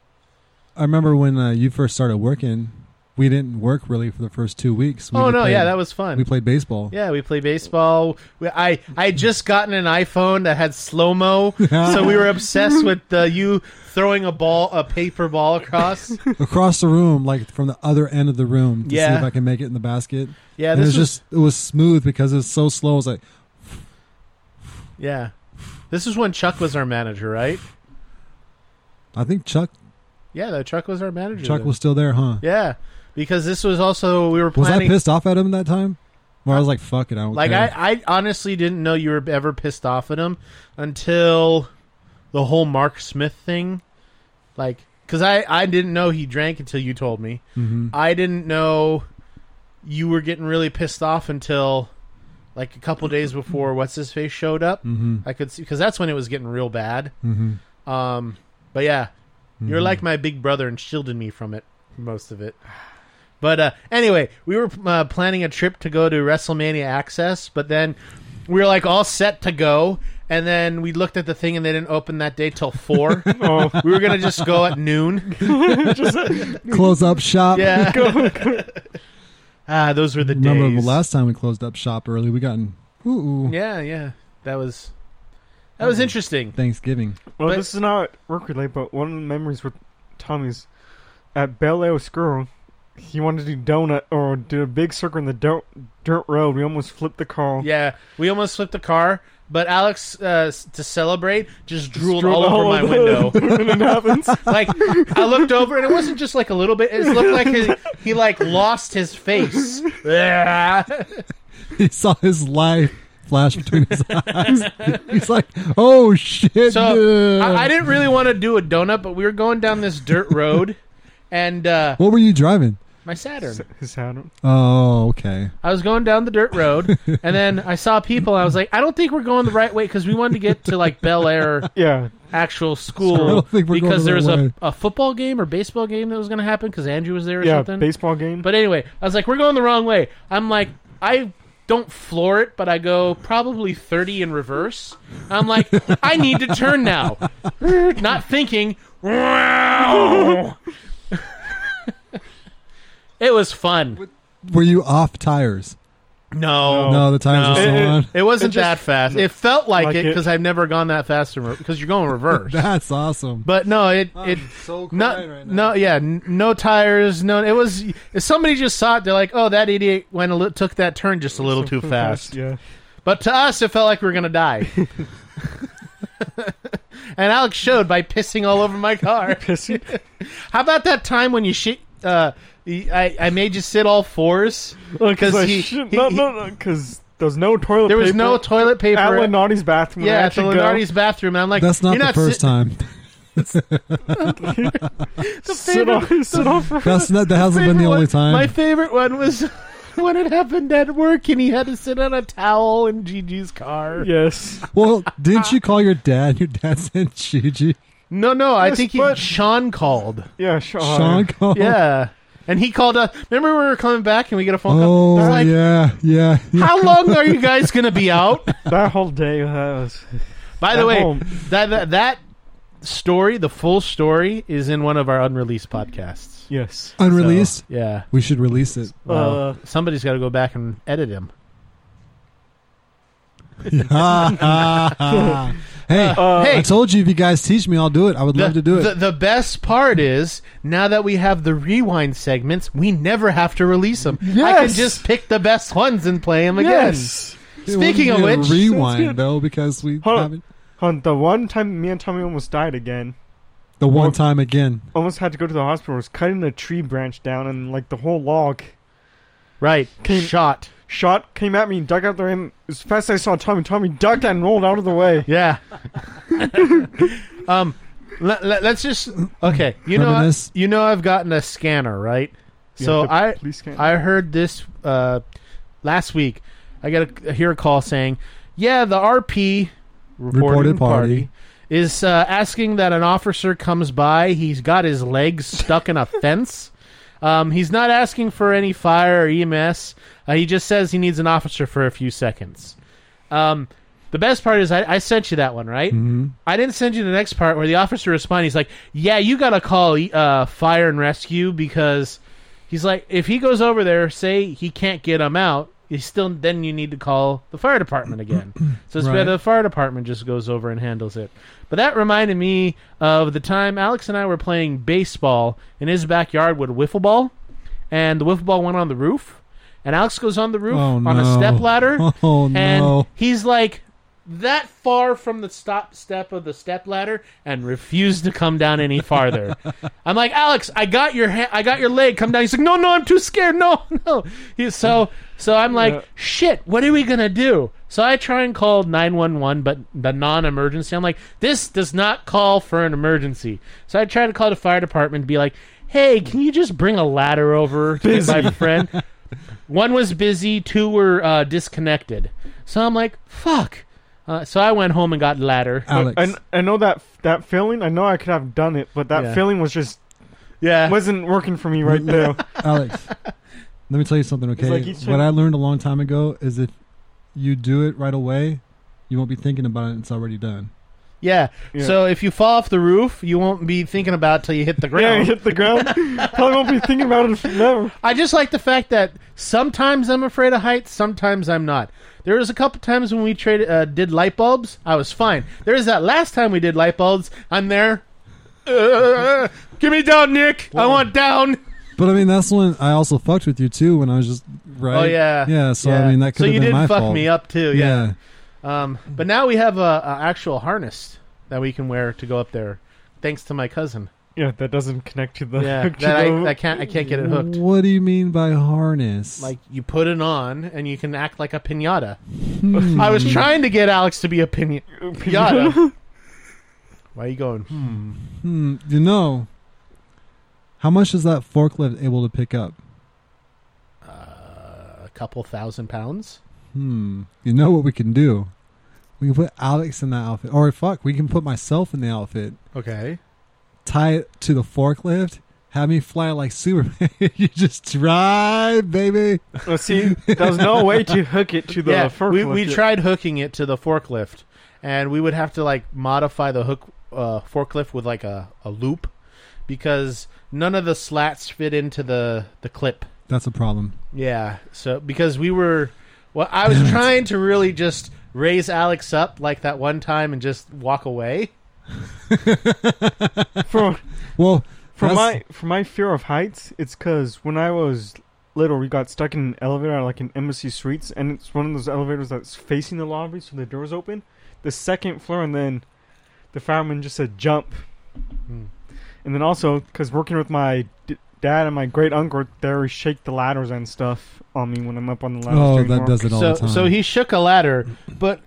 S4: I remember when uh, you first started working, we didn't work really for the first two weeks. We
S2: oh
S4: just
S2: no,
S4: played-
S2: yeah, that was fun.
S4: We played baseball.
S2: yeah, *laughs* we played baseball. We, I I had just gotten an iPhone that had slow
S4: *laughs*
S2: mo, so we were obsessed with uh, you throwing a ball, a paper ball
S4: *laughs*
S2: across.
S4: across the room, like from the other end of the room, to see
S2: Yeah.
S4: if I can make it in the basket.
S2: Yeah,
S4: and it
S2: this
S4: was,
S2: was,
S4: just it was smooth because it was so slow. It was like,
S2: yeah. This is when Chuck was our manager, right?
S4: I think Chuck
S2: Yeah, that Chuck was our manager.
S4: Chuck
S2: then.
S4: was still there, huh?
S2: Yeah, because this was also we were
S4: Was I
S2: planning.
S4: pissed off at him that time? Where I was like, fuck it, I don't
S2: Like
S4: care.
S2: I, I honestly didn't know you were ever pissed off at him until the whole Mark Smith thing. Like, because I, I didn't know he drank until you told me. I didn't know you were getting really pissed off until like a couple days before what's his face showed up. Mm-hmm. I could see because that's when it was getting real bad. Mm-hmm. Um, but yeah, you're like my big brother and shielded me from it most of it. But uh, anyway, we were uh, planning a trip to go to WrestleMania Access, but then we were like all set to go, and then we looked at the thing and they didn't open that day till *laughs* four.
S6: Oh.
S2: We were gonna just *laughs* go at noon.
S4: close up
S2: *laughs*
S4: shop.
S2: Yeah. *laughs* ah, those were the days.
S4: *laughs* Remember the last time we closed up shop early? We got in ooh, ooh
S2: Yeah, yeah. That was that was interesting.
S4: Thanksgiving.
S2: But-
S6: Well, this
S3: This is not work related, but one of the memories with Tommy's at Bel Air School, he wanted to do donut or do a big circle in the dirt, dirt road. We almost flipped the car. *laughs*
S2: Yeah, we almost flipped the car, but Alex, uh, s- to celebrate, just drooled all over my window. *laughs*
S3: it happens.
S2: like I looked over and it wasn't just like a little bit. It looked like his, he like lost his face. Yeah.
S4: *laughs* He saw his life flash between his eyes. *laughs* He's like, oh shit.
S2: So
S4: yeah."
S2: I, I didn't really want to do a donut, but we were going down this dirt road, and uh,
S4: What were you driving?
S2: my Saturn.
S3: His hat.
S4: Oh, okay.
S2: I was going down the dirt road, and then I saw people. And I was like, I don't think we're going the right way because we wanted to get to like Bel Air
S3: Yeah.
S2: actual school
S4: I don't think we're going
S2: because
S4: the
S2: there was
S4: right
S2: a,
S4: way.
S2: a football game or baseball game that was going to happen because Andrew was there or
S3: Yeah.
S2: something.
S3: Baseball game.
S2: But anyway, I was like, we're going the wrong way. I'm like, I don't floor it, but I go probably 30 in reverse. I'm like, I need to turn now. *laughs* Not thinking. *laughs* "Wow." it was fun.
S4: Were you off tires?
S2: No.
S4: No, the tires
S2: Oh, No.
S4: were still
S3: It- it-
S4: on.
S2: It wasn't that fast. It felt like,
S3: Like
S2: it
S3: it-
S2: because I've never gone that fast in re- because you're going reverse.
S4: *laughs* That's awesome.
S2: But no, it it
S4: so
S2: no,
S4: crying right now.
S2: no, yeah, n- no tires, no. It was if somebody just saw it, they're like, "Oh, that idiot went a li- took that turn just a little too fast."
S3: *laughs* Yeah.
S2: But to us, it felt like we were gonna die. *laughs* and Alex showed by pissing all over my
S3: *laughs*
S2: car. *laughs*
S3: Pissy.
S2: How about that time when you shit? Uh, I I made you sit all fours because
S3: Like,
S2: he,
S3: shit,
S2: he-
S3: no,
S2: he-
S3: no, no, because there's no toilet.
S2: there was
S3: paper
S2: no toilet paper.
S3: at Lenardi's bathroom.
S2: yeah,
S3: I
S2: at the
S3: actually go.
S2: Lenardi's bathroom, and I'm like,
S4: That's not
S2: "You're
S4: the first
S2: sit-
S4: time.
S2: *laughs*
S3: Sit off. Sit off.
S4: That's not. That
S2: *laughs*
S4: hasn't been the
S2: favorite
S4: only
S2: one-
S4: time.
S2: My favorite one was *laughs* when it happened at work and he had to sit on a towel in Gigi's car.
S3: *laughs* Yes.
S4: well,
S2: *laughs*
S4: didn't you call your dad? Your dad *laughs* sent Gigi.
S2: No, no, I
S3: Yes,
S2: think he,
S3: but-
S2: Sean called.
S3: Yeah. Sean.
S4: Sean called.
S2: Oh, Yeah. And he called us. Remember we were coming back and we get a phone
S4: Oh
S2: call? They're like,
S4: yeah, yeah. yeah.
S2: How long are you guys going to be out?
S3: That whole day uh, that was.
S2: By the
S3: At
S2: way,
S3: home.
S2: that, that that story, the full story, is in one of our unreleased podcasts.
S3: Yes.
S4: Unreleased.
S2: Yeah.
S4: We should release it.
S2: Well,
S3: Uh,
S2: somebody's got to go back and edit him.
S4: Hey,
S2: hey,
S4: I told you if you guys teach me, I'll do it. I would love to do it.
S2: The, the best part is now that we have the rewind segments, we never have to release them. I can
S3: Yes.
S2: just pick the best ones and play them again.
S3: Yes.
S4: It wouldn't
S2: speaking of
S4: be a
S2: which-
S4: rewind though, because we
S3: Hold on.
S4: haven't
S3: On the one time me and Tommy almost died again,
S4: the one time again.
S3: almost had to go to the hospital, was cutting a tree branch down and like the whole log
S2: Right.
S3: Can-
S2: Shot.
S3: shot came at me and ducked out the rim. As fast as I saw Tommy, Tommy ducked and rolled out of the way.
S2: Yeah. *laughs* um, let, us just okay. You know, I,
S4: Reminisce.
S2: you know, I've gotten a scanner, right? So
S3: the
S2: I
S3: police
S2: *laughs*
S3: scanner.
S2: I heard this uh, last week. I got a, I hear a call saying, "Yeah, the RP reporting
S4: Reported party.
S2: is uh, asking that an officer comes by. He's got his legs stuck in
S4: *laughs*
S2: a fence. Um, he's not asking for any fire or EMS. Uh, he just says he needs an officer for a few seconds." Um, the best part is I, I sent you that one, right? Mm-hmm. I didn't send you the next part where the officer responds. He's like, "Yeah, you got to call uh, fire and rescue because he's like, if he goes over there, say he can't get him out, he's still then you need to call the fire department
S4: *clears throat*
S2: again. so it's
S4: Right.
S2: better the fire department just goes over and handles it. But that reminded me of the time Alex and I were playing baseball in his backyard with a wiffle ball, and the wiffle ball went on the roof, and Alex goes on the roof
S4: Oh,
S2: on a
S4: no.
S2: step ladder,
S4: *laughs* Oh,
S2: and
S4: no.
S2: he's like that far from the stop step of the step ladder and refused to come down any farther. I'm like, Alex, I got your ha- I got your leg. Come down. He's like, No, no, I'm too scared. No, *laughs* no. He's so so. I'm like,
S3: Yeah.
S2: shit. What are we gonna do? So I try and call 911, but the non-emergency. I'm like, this does not call for an emergency. So I try to call the fire department and be like, Hey, can you just bring a ladder over to my friend? One was busy, two were uh, disconnected. So I'm like, fuck. Uh, so I went home and got ladder.
S4: Alex.
S3: I, I know that that feeling. I know I could have done it, but that
S2: Yeah.
S3: feeling was just
S2: Yeah.
S3: wasn't working for me right now.
S4: Alex, let me tell
S2: *laughs*
S4: you something, okay?
S3: like each
S4: what
S3: time-
S4: I learned a long time ago is if you do it right away, you won't be thinking about it. It's already done.
S2: yeah. So if you fall off the roof, you won't be thinking about it till you hit the
S3: yeah, I
S2: ground.
S3: hit the
S2: *laughs*
S3: ground. Probably won't be thinking about it forever.
S2: I just like the fact that sometimes I'm afraid of heights, sometimes I'm not. There was a couple times when we traded uh, did light bulbs, I was fine. There was that last time we did light bulbs. I'm there. Uh, give me down, Nick. I want down.
S4: But I mean, that's when I also fucked with you too when I was just right.
S2: Oh yeah,
S4: yeah. So I mean, that could
S2: so
S4: have
S2: you
S4: been
S2: did
S4: my
S2: fuck
S4: fault.
S2: me up too. Yeah.
S4: Yeah.
S2: Um, but now we have a, a actual harness that we can wear to go up there, thanks to my
S3: *laughs*
S2: cousin.
S3: Yeah, that doesn't connect to the.
S2: Yeah,
S3: to
S2: that I,
S3: the- *laughs*
S2: I can't I can't get it hooked.
S4: What do you mean by harness?
S2: Like you put it on and you can act like a pinata.
S3: Hmm.
S2: I was trying to get Alex to be a pina-
S3: *laughs*
S2: pinata. Why are you going? Hmm.
S4: hmm, you know, how much is that forklift able to pick up?
S2: A couple thousand pounds.
S4: Hmm. You know what we can do? We can put Alex in that outfit, or fuck, we can put myself in the outfit.
S2: Okay.
S4: tie it to the forklift, have me fly like Superman. *laughs* you just drive, baby.
S3: Oh, see, there's no way to hook it to the
S2: yeah,
S3: forklift.
S2: we we tried hooking it to the forklift, and we would have to like modify the hook uh, forklift with like a, a loop because none of the slats fit into the the clip.
S4: That's a problem.
S2: Yeah, so because we were, well, I
S3: *laughs*
S2: was trying to really just raise Alex up like that one time and just walk away.
S3: From,
S4: Well,
S3: from
S4: that's-
S3: my from my fear of heights, it's because when I was little, we got stuck in an elevator like in Embassy Suites, and it's one of those elevators that's facing the lobby, so the door's open. The second floor, and then the fireman just said jump.
S4: Hmm.
S3: And then also, because working with my d- dad and my great uncle, they always shake the ladders and stuff on me when I'm up on the ladders.
S4: oh,
S3: doing
S4: that
S3: work.
S4: does it all
S2: so
S4: the time.
S2: so he shook a ladder, but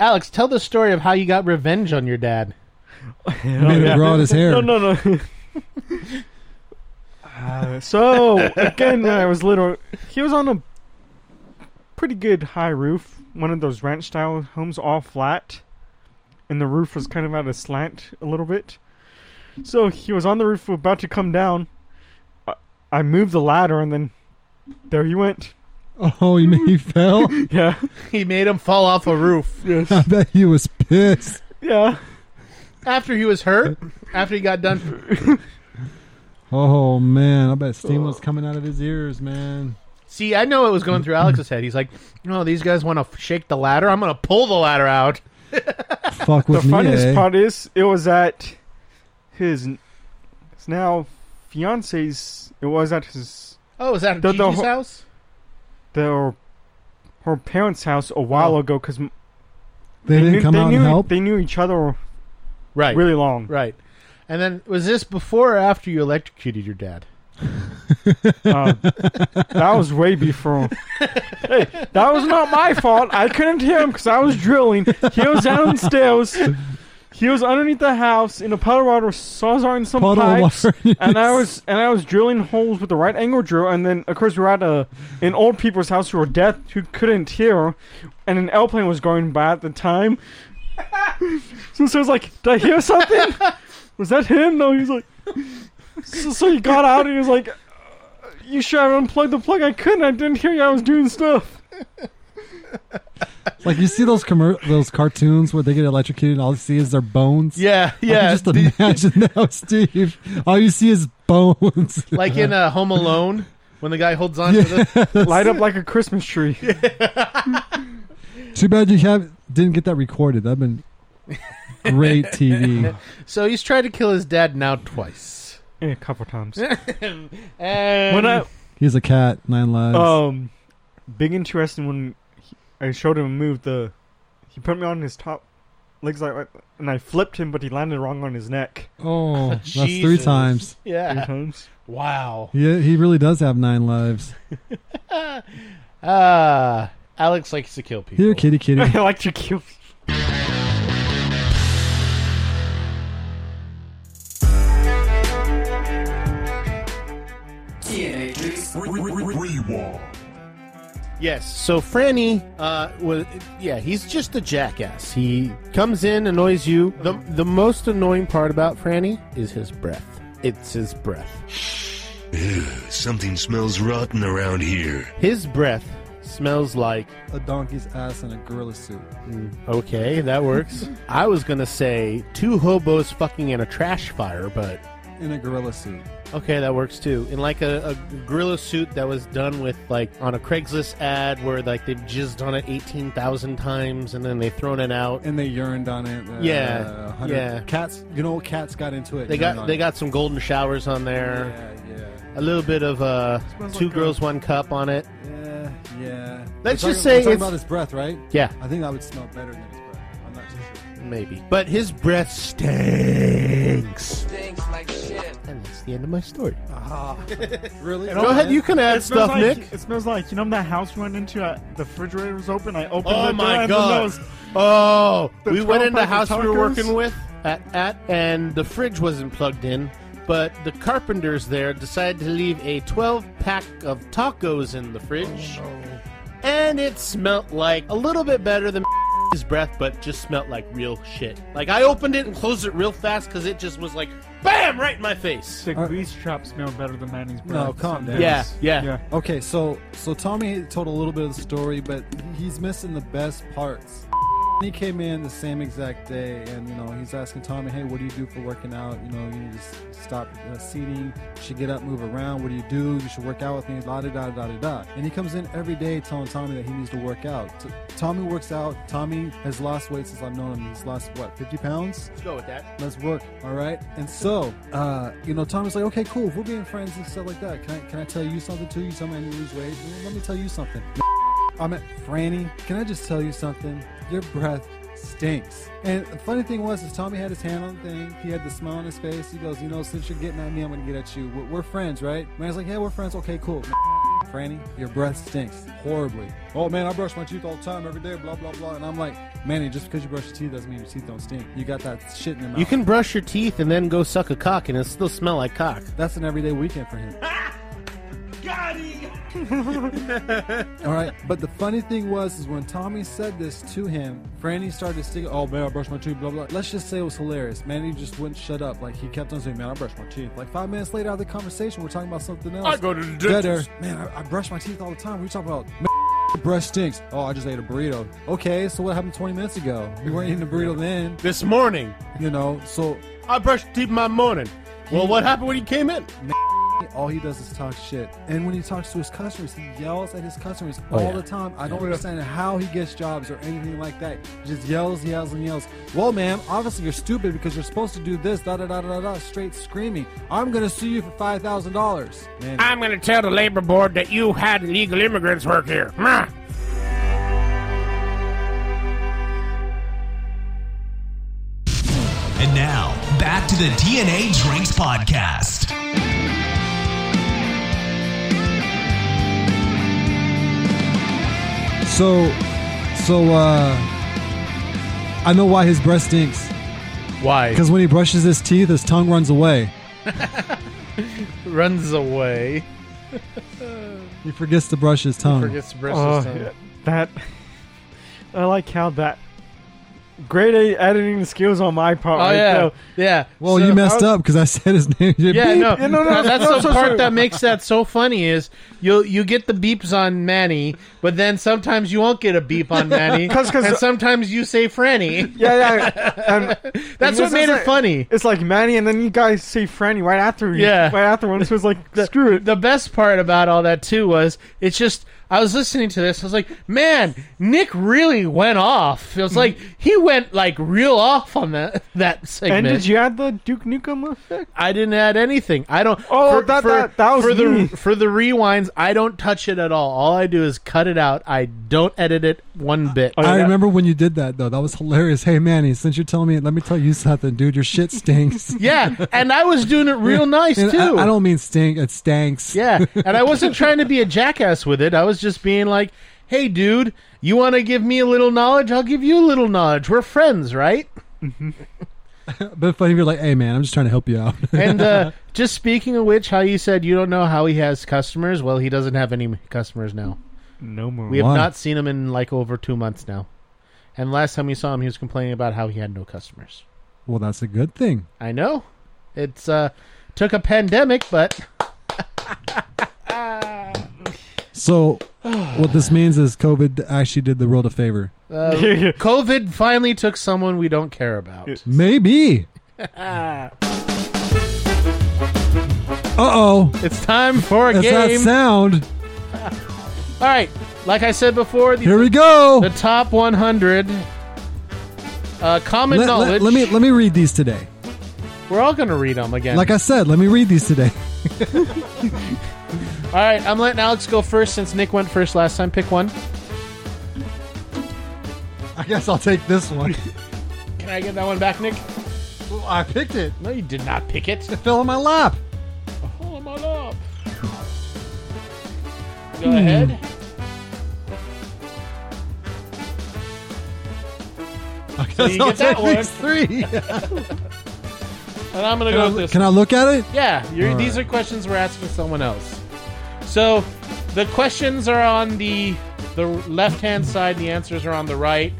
S2: Alex, tell the story of how you got revenge on your dad. *laughs*
S4: *laughs* made him grow out his hair.
S3: No, no, no. Uh, so again, when I was little, he was on a pretty good high roof, one of those ranch-style homes, all flat, and the roof was kind of at a slant a little bit. So he was on the roof, about to come down. I, I moved the ladder, and then there he went.
S4: Oh, you mean he fell? *laughs*
S3: Yeah,
S2: He made him fall off a
S3: *laughs*
S2: roof
S4: I bet he was pissed.
S3: yeah.
S2: after he was hurt. After he got done,
S4: Oh man, I bet steam
S3: Oh.
S4: was coming out of his ears,
S3: *laughs*
S4: man.
S2: see, I know it was going through Alex's head. He's like, "No, these guys want to shake the ladder. I'm going to pull the ladder out."
S4: Fuck
S3: The
S4: with me.
S3: funniest
S4: eh?
S3: part is it was at his, his now fiance's. It was at his
S2: Oh, is that
S3: The-
S2: Gigi's
S3: the whole-
S2: house?
S3: their her parents' house a while
S2: Oh.
S3: ago because they,
S4: they didn't
S3: knew,
S4: come
S3: they
S4: out
S3: knew
S4: and help.
S3: they knew each other
S2: Right,
S3: really long.
S2: right. And then was this before or after you electrocuted your dad?
S3: Uh, that was way before. hey, that was not my fault. I couldn't hear him because I was drilling. He was downstairs. He was underneath the house in a puddle of water, sawzalling some
S4: Puddle of
S3: pipes,
S4: water,
S3: *laughs*
S4: yes.
S3: and I was and I was drilling holes with the right angle drill. And then, of course, we were at a an old people's house who were deaf, who couldn't hear, and an airplane was going by at the time. so, so it was like, did I hear something? was that him? No, he was like. So, so he got out and he was like, uh, "You should have unplugged the plug. I couldn't. I didn't hear you. I was doing stuff."
S4: Like you see those commer- those cartoons where they get electrocuted, and all you see is their bones.
S2: Yeah,
S4: I can just imagine now, *laughs* Steve. All you see is bones.
S2: *laughs* like in uh, Home Alone when the guy holds on to the
S3: Light up like a Christmas tree.
S4: Too bad you have didn't get that recorded. That'd been
S2: *laughs*
S4: great TV.
S2: *laughs* So he's tried to kill his dad now twice.
S3: Yeah, a couple times.
S2: And
S3: When I
S4: He's a cat,
S2: Oh.
S4: nine lives.
S3: um, big interesting when he, I showed him a move. The
S6: He put me on his top legs like, like and I flipped him, but he landed wrong on
S2: *laughs*
S6: his neck.
S4: Oh, that's three
S2: Jesus.
S4: times. Mm-hmm.
S6: Three
S2: Yeah.
S6: times.
S2: Wow.
S4: He, he really does have nine lives.
S2: Uh, Alex likes to kill people.
S4: Here, kitty,
S2: *laughs*
S4: kitty.
S6: *laughs* I like to kill.
S5: TNA Geeks
S2: Yes. So Franny, uh, was yeah, he's just a jackass. He comes in, annoys you. The the most annoying part about Franny is his breath. It's his breath.
S7: Something smells rotten around here.
S2: His breath smells like
S4: A donkey's ass in a gorilla suit.
S2: okay, that
S6: *laughs*
S2: works. I was gonna say two hobos fucking in a trash fire, but
S4: In a gorilla suit.
S2: Okay, that works too. In like a, a gorilla suit that was done with like on a Craigslist ad where like they've jizzed on it eighteen thousand times and then they've thrown it out.
S4: And they urined on it. uh,
S2: Yeah,
S4: 100
S2: yeah.
S4: Cats, you know, cats got into it.
S2: They
S4: and urined
S2: got
S4: on
S2: they
S4: it.
S2: got some golden showers on there.
S4: Yeah,
S2: A
S4: yeah,
S2: little bit of uh,
S6: Smells
S2: two
S6: like
S2: girls, one cup on it.
S4: yeah, yeah.
S2: Let's
S4: We're
S2: just
S4: talking-
S2: say
S4: we're talking
S2: it's-
S4: about his breath, right?
S2: Yeah,
S4: I think that would smell better than his breath. I'm not too sure.
S2: maybe. But his breath stinks.
S5: Stinks like shit.
S2: And that's the end of my story.
S4: Really?
S2: Go ahead, you can add
S6: Oh, It smells
S2: stuff,
S6: like,
S2: Nick.
S6: It smells like you know that house we went into. Uh, the refrigerator was open. I opened
S2: Oh
S6: the door
S2: my
S6: and then there
S2: god!
S6: was
S2: Oh,
S6: The
S2: we went
S6: 12
S2: in the
S6: pack of
S2: house we were
S6: tacos?
S2: working with at, at, and the fridge wasn't plugged in, but the carpenters there decided to leave a 12 pack of tacos in the fridge, and it smelt like a little bit better than *laughs* his breath, but just smelt like real shit. Like I opened it and closed it real fast because it just was like bam right in my face.
S6: The grease trap smelled better than Manny's breath.
S4: No, calm down.
S2: Yeah, yeah.
S4: Okay, so so Tommy told a little bit of the story, but he's missing the best parts. He came in the same exact day, and you know he's asking Tommy, "Hey, what do you do for working out? You know, you need to s- stop uh, seating. You should get up, move around. What do you do? You should work out with me." La da da da da da. And he comes in every day telling Tommy that he needs to work out. T- Tommy works out. Tommy has lost weight since I've known him. He's lost what, 50 pounds?
S2: Let's go with that.
S4: Let's work, all right? And so, uh, you know, Tommy's like, okay, cool. We're being friends and stuff like that. Can I, can I tell you something too? You tell me I need to lose weight. Well, Let me tell you something. I met Franny. Can I just tell you something? Your breath stinks. And the funny thing was, is Tommy had his hand on the thing. He had the smile on his face. He goes, you know, since you're getting at me, I'm gonna get at you. We're, we're friends, right? Man's like, yeah, we're friends. Okay, cool. Franny, your breath stinks horribly. Oh man, I brush my teeth all the time, every day, blah blah blah. And I'm like, Manny, just because you brush your teeth doesn't mean your teeth don't stink. You got that shit in your mouth.
S2: You can brush your teeth and then go suck a cock and it still smell like cock.
S4: That's an everyday weekend for *laughs* him. *laughs* All right, but the funny thing was, is when Tommy said this to him, Franny started sticking. Oh man, I brushed my teeth. Blah blah. Let's just say it was hilarious. Manny just wouldn't shut up. Like he kept on saying, "Man, I brushed my teeth." Like five minutes later, out of the conversation, we're talking about something else. I go to the better. Man, I, I brush my teeth all the time. We talk about. *laughs* "Man, your Brush stinks. Oh, I just ate a burrito. Okay, so what happened 20 minutes ago? We weren't eating a burrito then,
S2: This morning,
S4: you know. So
S2: I brushed teeth in my morning. Well, what happened when you came in?
S4: All he does is talk shit. And when he talks to his customers, he yells at his customers
S2: Oh,
S4: all
S2: yeah.
S4: the time. I don't understand how he gets jobs or anything like that. He just yells, yells, and yells. Well, ma'am, obviously you're stupid because you're supposed to do this, da da da da da, da straight screaming. I'm going to sue you for $5,000. Man,
S8: I'm going to tell the labor board that you had illegal immigrants work here.
S2: Hmm.
S8: Mwah.
S1: And now, back to the TNA Drinks Podcast.
S4: So, so, uh, I know why his breath stinks.
S2: Why?
S4: Because when he brushes his teeth, his tongue runs away.
S2: runs away.
S4: He forgets to brush his tongue.
S2: Forgets to brush
S6: Oh,
S2: his tongue.
S6: yeah. that. *laughs* I like how that. Great A editing skills on my part.
S2: Oh
S6: right
S2: yeah,
S6: there.
S2: yeah.
S4: well,
S2: So-
S4: Oh, you messed up because I said his name.
S2: Yeah, no,
S6: Yeah, no, no,
S2: That- That's
S6: no,
S2: the
S6: so
S2: part
S6: sorry.
S2: that makes that so funny is you you get the beeps on Manny, but then sometimes you won't get a beep on Manny,
S6: *laughs* 'Cause- 'cause-
S2: and sometimes you say Franny. *laughs*
S6: Yeah, yeah. and- and
S2: That's
S6: this
S2: what made
S6: is
S2: it
S6: like-
S2: funny.
S6: It's like Manny, and then you guys see Franny right after. you-
S2: Yeah. *laughs*
S6: right after one. So it's like screw it.
S2: The best part about all that too was it's just I was listening to this. I was like, man, Nick really went off.
S6: Mm-hmm.
S2: It was like he went like real off on that that segment.
S3: And did you add the Duke Nukem effect?
S2: I didn't add anything. I don't.
S3: Oh, that- that- that was
S2: for
S3: me.
S2: the for the rewinds. I don't touch it at all. All I do is cut it out. I don't edit it one bit.
S3: Oh,
S4: I
S3: yeah.
S4: remember when you did that though. That was hilarious. Hey Manny, since you're telling me, let me tell you something, dude. Your shit stinks.
S2: *laughs* yeah, and I was doing it real nice
S4: And
S2: too.
S4: I, I don't mean stink. It stanks.
S2: Yeah, and I wasn't trying to be a jackass with it. I was just being like, "Hey, dude, you want to give me a little knowledge? I'll give you a little knowledge. We're friends, right?"
S4: But funny if you're like, hey man, I'm just trying to help you out. *laughs*
S2: And uh, just speaking of which, how you said you don't know how he has customers. Well, he doesn't have any customers now.
S3: No more.
S6: *laughs*
S2: We have
S4: Why?
S2: not seen him in like over two months now. And last time we saw him, he was complaining about how he had no customers.
S4: well, that's a good thing.
S2: I know, it's uh, took a pandemic, but *sighs*
S4: So what this means is COVID actually did the world a favor.
S2: COVID finally took someone we don't care about. *laughs*
S4: Maybe. uh oh.
S2: It's time for a
S4: It's that
S2: game.
S4: sound.
S2: All right, like I said before, the
S4: Here we go.
S2: the top 100 uh, common
S4: Let-
S2: knowledge.
S4: let- let me let me read these today.
S2: We're all gonna read them again.
S4: Like I said, let me read these today. *laughs*
S2: all right, I'm letting Alex go first since Nick went first last time. Pick one.
S4: I guess I'll take this one.
S2: Can I get that one back, Nick?
S4: *laughs* I picked it.
S2: No, you did not pick it.
S4: It fell in my lap.
S2: Pull them all up. Go
S4: Hmm.
S2: ahead.
S4: I guess
S2: you
S4: I'll
S2: get that
S4: take
S2: *laughs*
S4: these three.
S2: And I'm gonna go with this.
S4: Can I look at it?
S2: Yeah, you're,
S4: All
S2: these are questions we're asking someone else. So the questions are on the the left hand side. The answers are on the right.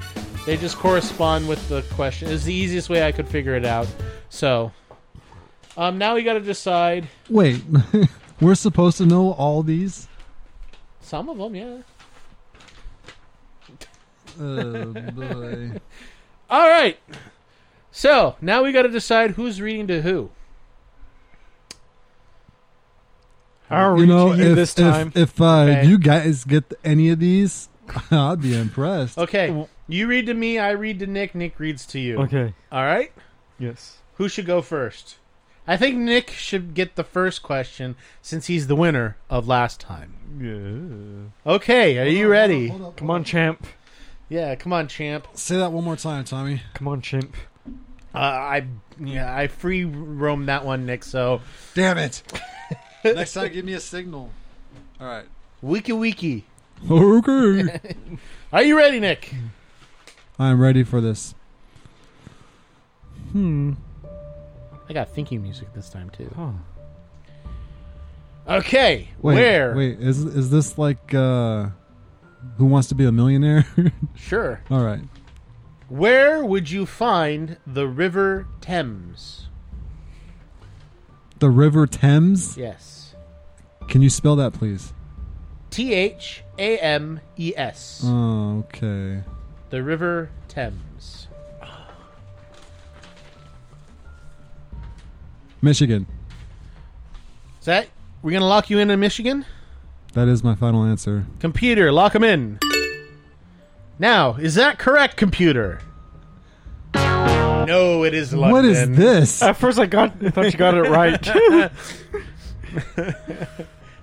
S2: They just correspond with the question. It's the easiest way I could figure it out. So um, now we got to decide
S4: Wait, *laughs* we're supposed to know all these.
S2: some of them. Yeah.
S4: Oh boy.
S2: All right. So now we got to decide who's reading to who.
S3: I'll
S4: you
S3: read
S4: know,
S3: to you
S4: if
S3: this
S4: if-
S3: time.
S4: if, uh,
S2: Okay.
S4: you guys get any of these, *laughs* I'd be impressed.
S2: Okay, you read to me. I read to Nick. Nick reads to you.
S3: okay.
S2: All right.
S3: Yes.
S2: Who should go first? I think Nick should get the first question since he's the winner of last time.
S3: Yeah.
S2: Okay, are you ready?
S3: Come on, champ.
S2: Yeah, come on, champ.
S4: Say that one more time, Tommy.
S3: Come on, champ.
S2: Uh, I yeah, I free roam that one, Nick. So
S4: Damn it! *laughs* Next time, give me a signal. All right.
S2: wiki wiki.
S4: Okay.
S2: Are you ready, Nick?
S4: *laughs* I'm ready for this.
S2: I got thinking music this time too.
S3: Oh.
S2: Okay,
S4: Wait,
S2: where?
S4: Wait, is is this like uh, Who Wants to Be a Millionaire? *laughs*
S2: Sure.
S4: all right.
S2: Where would you find the River Thames?
S4: The River Thames.
S2: Yes.
S4: Can you spell that, please?
S2: T H A M E S.
S4: Oh, okay.
S2: The River Thames.
S4: Michigan.
S2: Is that we're gonna lock you into Michigan?
S4: That is my final answer.
S2: Computer, lock him in. Now, is that correct, computer? No, it is London.
S4: What is this?
S3: At first, I got. I thought you got it *laughs* right.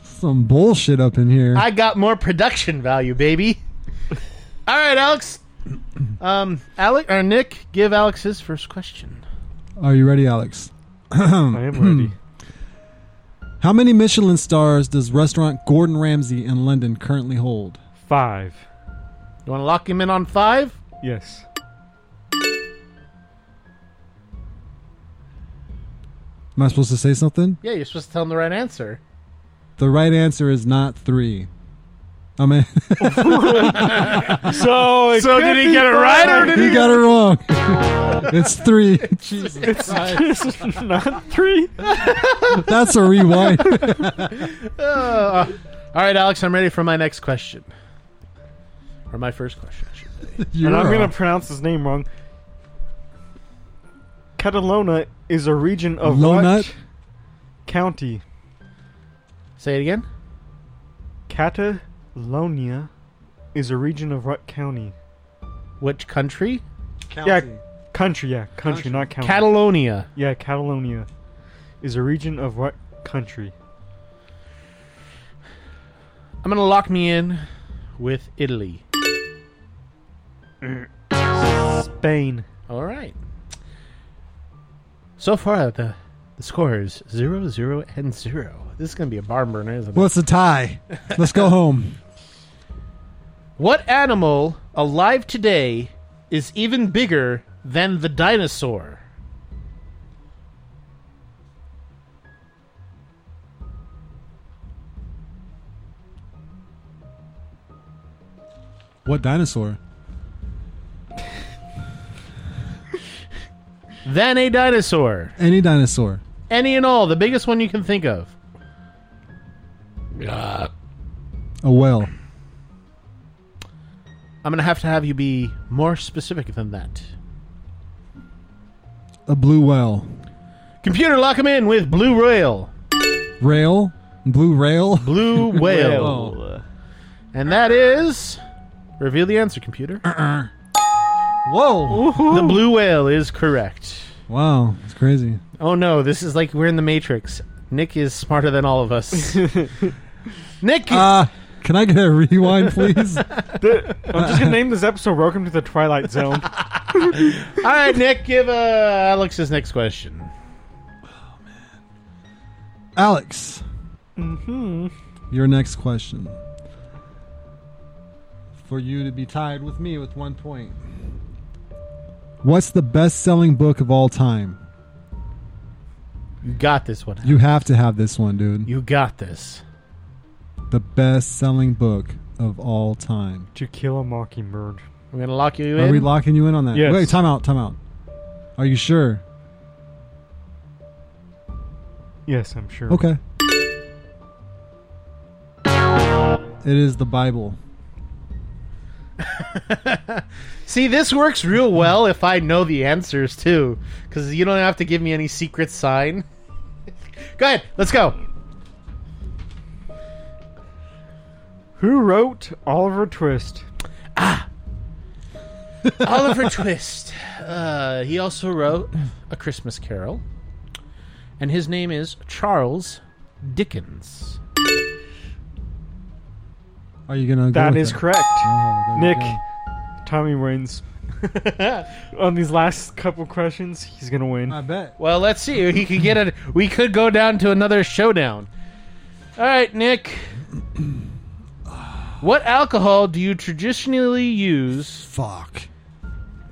S4: Some bullshit up in here.
S2: I got more production value, baby. All right, Alex. Um, Alec or Nick, give Alex his first question.
S4: Are you ready, Alex?
S3: I am ready.
S4: Hmm. How many Michelin stars does restaurant Gordon Ramsay in London currently hold?
S3: Five.
S2: You want to lock him in on five?
S3: Yes.
S4: Am I supposed to say something?
S2: Yeah, you're supposed to tell him the right answer.
S4: The right answer is not three. I mean, *laughs*
S3: So, it could be five.
S4: you got it wrong. *laughs* it's three. Jesus.
S3: This is not three.
S4: That's a rewind.
S2: All right, Alex, I'm ready for my next question. Or my first question, I should say.
S4: You're
S3: and I'm going
S4: off.
S3: to pronounce his name wrong. Catalona is a region of
S4: Lonut?
S3: what county?
S2: Say it again.
S3: Catalona Livonia is a region of what county?
S2: Which country?
S9: County.
S3: Yeah, country. Yeah, country,
S9: Country.
S3: not county.
S2: Catalonia.
S3: Yeah, Catalonia is a region of what country?
S2: I'm gonna lock me in with Italy.
S3: *laughs* Spain.
S2: All right. So far, the the score is zero, zero, and zero. This is gonna be a barn burner, isn't it?
S4: Well, it's a tie. Let's go home.
S2: What animal alive today is even bigger than the dinosaur?
S4: What dinosaur?
S2: Than a dinosaur.
S4: Any dinosaur.
S2: Any and all, the biggest one you can think of.
S4: A whale.
S2: I'm gonna have to have you be more specific than that.
S4: A blue whale.
S2: Computer, lock him in with blue whale.
S4: Rail. Blue rail. *laughs*
S2: Blue whale.
S4: Whale.
S2: And that is. Reveal the answer, computer.
S4: Whoa.
S2: The blue whale is correct.
S4: *laughs* Wow. It's crazy.
S2: Oh no, this is like we're in the Matrix. Nick is smarter than all of
S4: *laughs*
S2: us. Nick,
S4: Uh, can I get a rewind, please?
S3: I'm just gonna name this episode "Welcome to the Twilight *laughs* Zone."
S2: all right, Nick, give uh, Alex his next question.
S4: Alex,
S3: hmm
S4: your next question. For you to be tied with me with one point. What's the best selling book of all time?
S2: You got this one.
S4: You have to have this one, dude.
S2: You got this.
S4: The best selling book of all time.
S3: To Kill a Mockingbird.
S2: We're gonna lock you
S4: Are we
S2: in.
S4: locking you in on that?
S3: Yes.
S4: Wait, time out, time out. Are you sure?
S3: Yes, I'm sure.
S4: Okay. It is the Bible.
S2: See, this works real well if I know the answers too, because you don't have to give me any secret sign. *laughs* go ahead, let's go.
S3: Who wrote Oliver Twist?
S2: Oliver Twist. Uh, he also wrote A Christmas Carol, and his name is Charles Dickens.
S4: Are you gonna?
S3: That
S4: go with
S3: is correct.
S4: Oh, there we
S3: Nick,
S4: go.
S3: Tommy wins. *laughs* On these last couple questions, he's gonna win.
S4: I bet.
S2: Well, let's see. He could get it. We could go down to another showdown. All right, Nick. What alcohol do you traditionally use
S4: Fuck.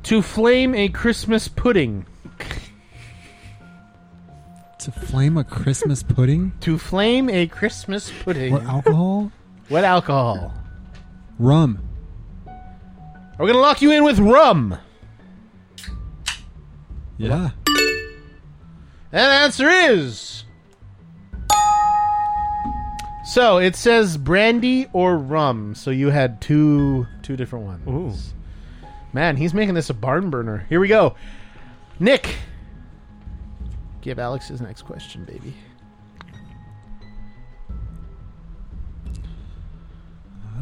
S2: to flame a Christmas pudding?
S4: To flame a Christmas pudding?
S2: To flame a Christmas pudding.
S4: What
S2: What,
S4: alcohol?
S2: alcohol?
S4: Rum.
S2: We're gonna lock you in with rum.
S4: Yeah.
S2: That answer is. So it says brandy or rum. So you had two two different ones.
S3: Ooh.
S2: Man, he's making this a barn burner. Here we go. Nick. Give Alex his next question, baby.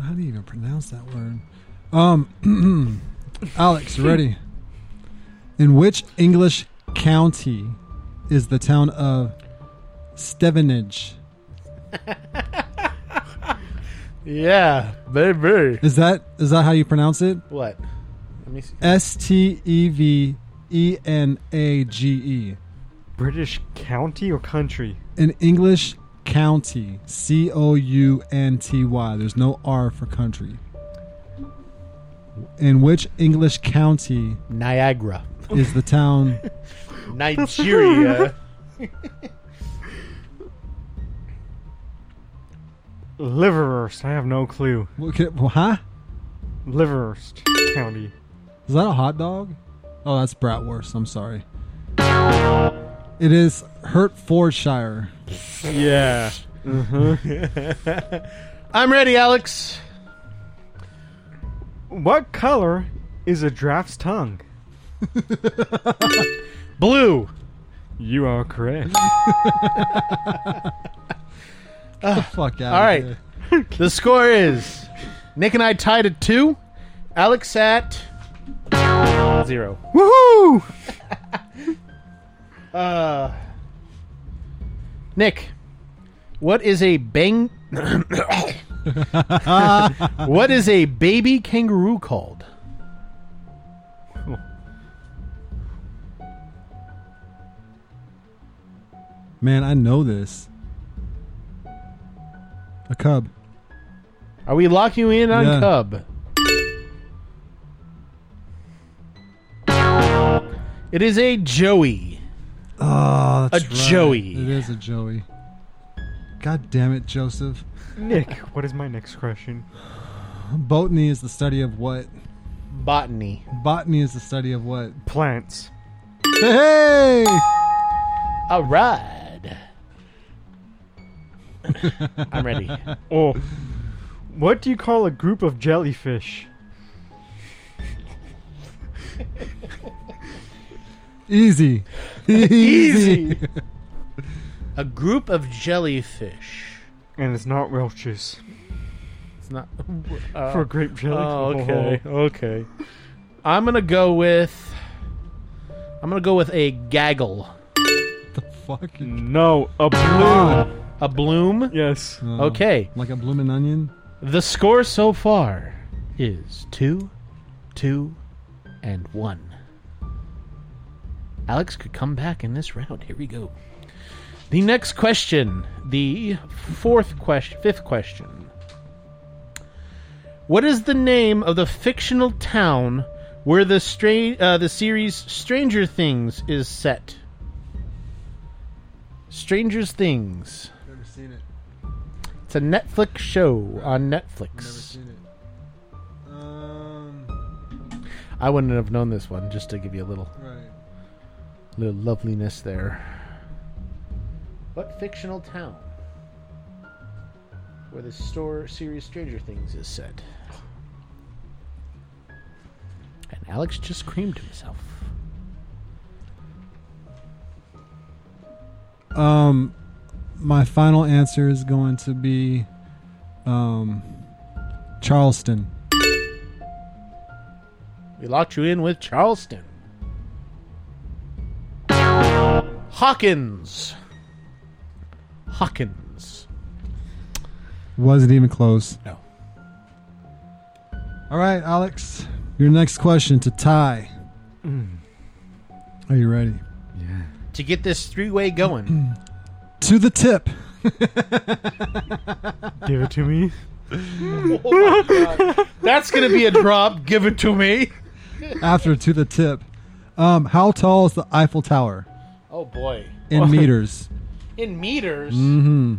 S4: How do you even pronounce that word? Um, *clears throat* Alex, ready? In which English county is the town of Stevenage?
S2: Yeah, baby.
S4: Is that is that how you pronounce it?
S2: What? Let me see.
S4: S T E V E N A G E.
S3: British county or country?
S4: An English county. C O U N T Y. There's no R for country. In which English county
S2: Niagara.
S4: is the town?
S2: *laughs* Nigeria.
S3: Liverhurst. I have no clue.
S4: What could- huh?
S3: Liverhurst County.
S4: Is that a hot dog? Oh, that's bratwurst. I'm sorry. It is Hertfordshire.
S2: yeah. I'm ready, Alex.
S3: What color is a giraffe's tongue?
S2: Blue.
S3: You are correct.
S4: Fuck out.
S2: All right. The score is Nick and I tied at two. Alex at zero. *laughs*
S3: Woohoo!
S2: Uh, Nick, what is a bang? *coughs* what is a baby kangaroo called?
S4: Man, I know this. A cub.
S2: Are we locking you in on
S4: Yeah.
S2: Cub? It is a Joey.
S4: Oh, that's
S2: A
S4: right.
S2: Joey.
S4: It is a Joey. God damn it, Joseph.
S3: Nick, what is my next question?
S4: Botany is the study of what?
S2: Botany.
S4: Botany is the study of what?
S3: Plants.
S4: Hey!
S2: All right. I'm ready.
S3: Oh. What do you call a group of jellyfish?
S4: Easy. *laughs* Easy.
S2: A group of jellyfish.
S3: And it's not Welch's.
S2: It's not.
S3: For grape jelly.
S2: Oh, okay. Okay. I'm gonna go with. I'm gonna go with a gaggle,
S4: the fuck?
S2: Mm.
S3: No, a balloon.
S2: a bloom.
S3: Yes.
S4: Oh,
S2: Okay.
S4: Like a bloomin' onion?
S2: The score so far is two, two, and one. Alex could come back in this round. Here we go. The next question, the fourth question, fifth question. What is the name of the fictional town where the stra- uh, the series Stranger Things is set? Stranger Things.
S4: Never seen it.
S2: It's a Netflix show on Netflix.
S4: it. Um,
S2: I wouldn't have known this one just to give you a little
S4: right.
S2: little loveliness there. What fictional town where the store series Stranger Things is set? And Alex just screamed to himself.
S4: Um, my final answer is going to be, um, Charleston.
S2: We locked you in with Charleston. Hawkins. Hawkins.
S4: Wasn't even close.
S2: No.
S4: All right, Alex, your next question to tie. Are you ready?
S2: To get this three way going.
S4: To the tip.
S3: Give it to me.
S2: *clears throat* That's gonna be a drop. Give it to me.
S4: After to the tip. Um, how tall is the Eiffel Tower
S2: Oh boy.
S4: in meters?
S2: In meters.
S4: Mm-hmm.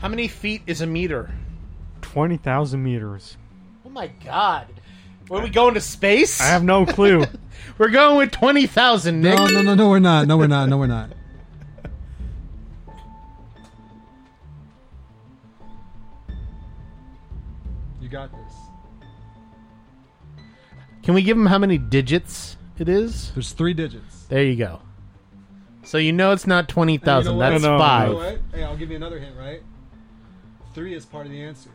S2: How many feet is a meter?
S3: 20,000 meters.
S2: Oh my god. Were we going to space?
S3: I have no *laughs* clue.
S2: We're going with 20,000, Nick.
S4: No, no, no, no, we're not. No, we're not. No, we're not. You got this.
S2: Can we give him how many digits it is?
S4: There's three digits.
S2: There you go. So you know it's not 20,000.
S4: You know what?
S2: That's
S3: No, no,
S2: five.
S4: You know what? Hey, I'll give you another hint, right? Three is part of the answer.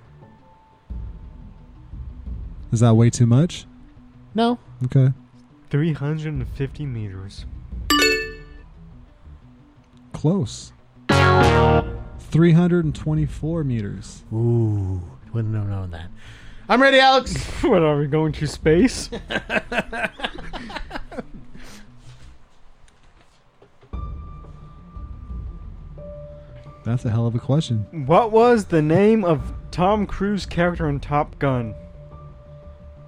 S4: Is that way too much?
S2: No.
S4: Okay.
S3: 350 meters.
S4: Close. 324 meters.
S2: Ooh. Wouldn't have known that. I'm ready, Alex.
S3: *laughs* What are we going to space?
S4: That's a hell of a question.
S3: *laughs* what was the name of Tom Cruise's character in Top Gun?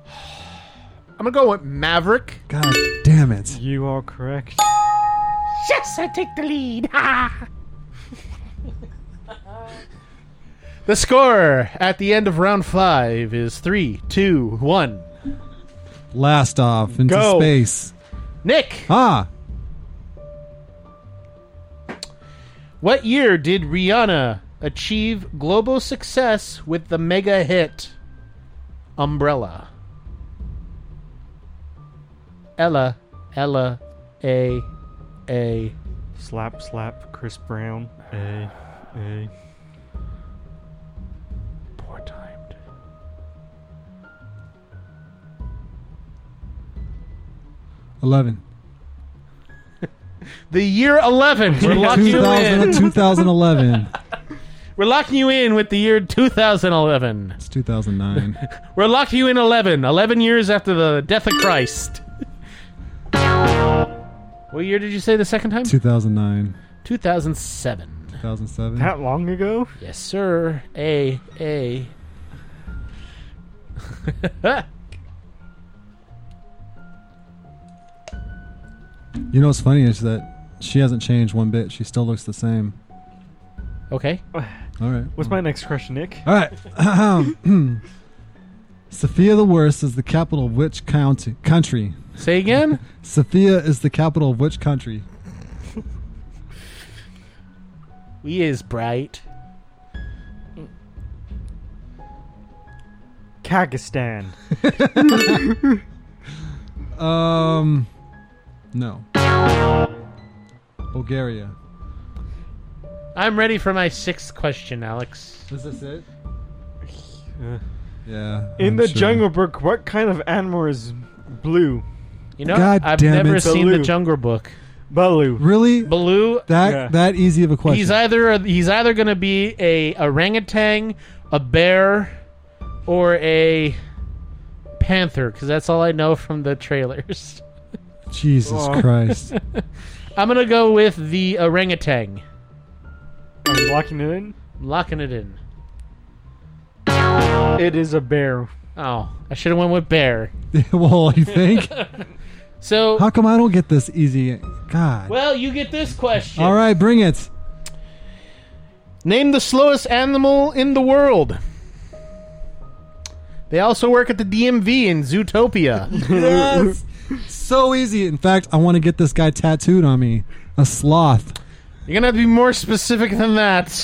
S2: I'm going to go with Maverick.
S4: God damn it.
S3: You are correct.
S8: Yes, I take the lead.
S2: The score at the end of round five is three, two, one.
S4: Last off into
S2: Go.
S4: space.
S2: Nick,
S4: Ah,
S2: what year did Rihanna achieve global success with the mega hit Umbrella? Ella, Ella, A, A,
S6: Slap, slap, Chris Brown. A, a.
S2: Poor timed.
S4: Eleven.
S2: The year 11.
S4: *laughs*
S2: We're locking you
S4: 2000,
S2: in.
S4: 2011.
S2: We're locking you in with the year 2011.
S4: It's 2009.
S2: We're locking you in 11. 11 years after the death of Christ. what year did you say the second time?
S4: 2009.
S2: 2007.
S4: 2007.
S6: That long ago?
S2: Yes, sir. A. A. *laughs*
S4: You know what's funny is that she hasn't changed one bit. She still looks the same.
S2: Okay.
S4: All right.
S6: What's my next question, Nick?
S4: All right. *clears throat* Sophia the Worst is the capital of which county? Country.
S2: Say again?
S4: Sophia is the capital of which country?
S2: we is bright.
S3: *laughs*
S6: Kagistan.
S4: Um, no. Bulgaria.
S2: I'm ready for my sixth question, Alex.
S4: Is this it?
S6: Uh,
S4: Yeah.
S6: In
S4: I'm
S6: the
S4: sure.
S6: Jungle Book, what kind of animal is blue?
S2: You know,
S4: God
S2: I've
S4: damn
S2: never
S4: it.
S2: seen the
S6: Baloo.
S2: Jungle Book.
S6: Baloo.
S4: Really?
S2: Baloo,
S4: that
S6: Yeah.
S4: that easy of a question?
S2: he's either he's either going to be a orangutan, a bear, or a panther because that's all I know from the trailers. *laughs*
S4: Jesus
S6: Oh. *laughs*
S4: Christ. *laughs*
S2: I'm going to go with the orangutan.
S6: Are you locking it in?
S2: I'm locking it in.
S6: It is a bear. *laughs*
S2: Oh, I should have went with bear.
S4: well, you think?
S2: So,
S4: How come I don't get this easy? God.
S2: well, you get this question.
S4: All right, bring it.
S2: Name the slowest animal in the world. They also work at the DMV in
S4: *laughs*
S2: Zootopia.
S4: Yes. so easy. In fact, I want to get this guy tattooed on me. A sloth.
S2: You're gonna have to be more specific than that.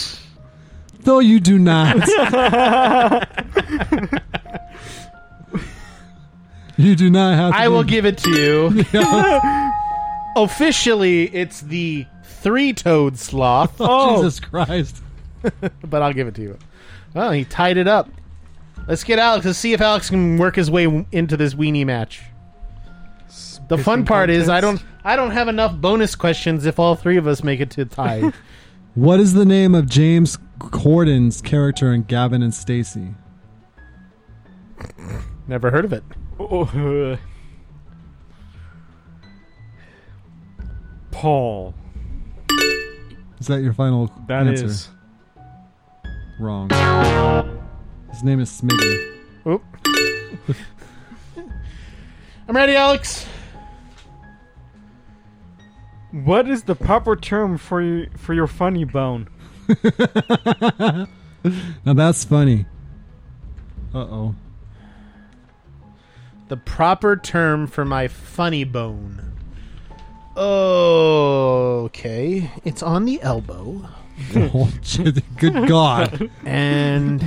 S4: No, you do
S6: *laughs*
S4: not. you do not have. To *laughs*
S2: I will
S4: do-
S2: give it to you. Officially, it's the three-toed sloth, *laughs*
S6: Oh,
S4: Jesus Christ.
S2: but I'll give it to you. Well, he tied it up. Let's get Alex. Let's see if Alex can work his way into this weenie match. The fun part is I don't I don't have enough bonus questions if all three of us make it to tie.
S4: What is the name of James Corden's character in Gavin and Stacey?
S2: Never heard of it.
S6: Oh, Paul.
S4: Is that your final
S6: That is
S4: answer? Wrong. His name is Smitty.
S2: Oop. I'm ready, Alex.
S6: What is the proper term for your, for your funny bone?
S4: Now that's funny. Uh oh.
S6: *laughs*
S2: The proper term for my funny bone. Okay, it's on the elbow,
S4: Oh, shit. Good God.
S2: and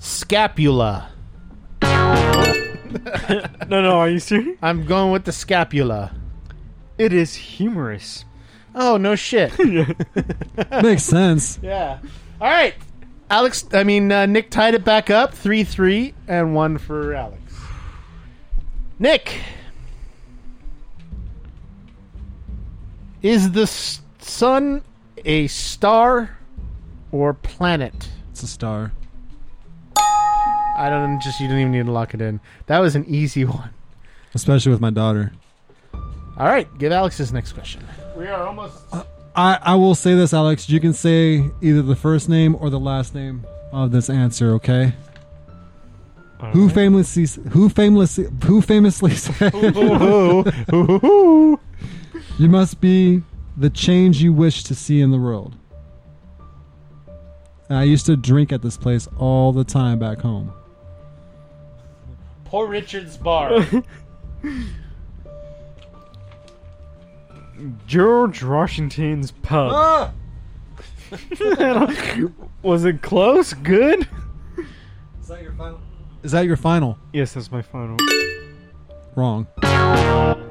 S2: scapula.
S6: No, no, are you serious?
S2: I'm going with the scapula.
S6: It is
S4: *laughs*
S6: humorous.
S2: Oh no, shit.
S4: Makes sense.
S2: yeah. All right, Alex. I mean, uh, Nick tied it back up, three three, and one for Alex. Nick is the s- sun a star or planet?
S4: It's a star.
S2: I don't just you didn't even need to lock it in. That was an easy *laughs* one.
S4: Especially with my daughter.
S2: All right, give Alex his next question.
S4: I, I will say this, Alex. You can say either the first name or the last name of this answer, okay? Who famously who famously who famously *laughs* said
S6: Oh.
S4: you must be the change you wish to see in the world. And I used to drink at this place all the time back home.
S2: Poor Richard's *laughs* bar.
S6: George Washington's pub. Was it close? Good?
S4: Is that your final? Is that your final?
S6: Yes, that's
S4: *laughs*
S6: my final.
S4: Wrong.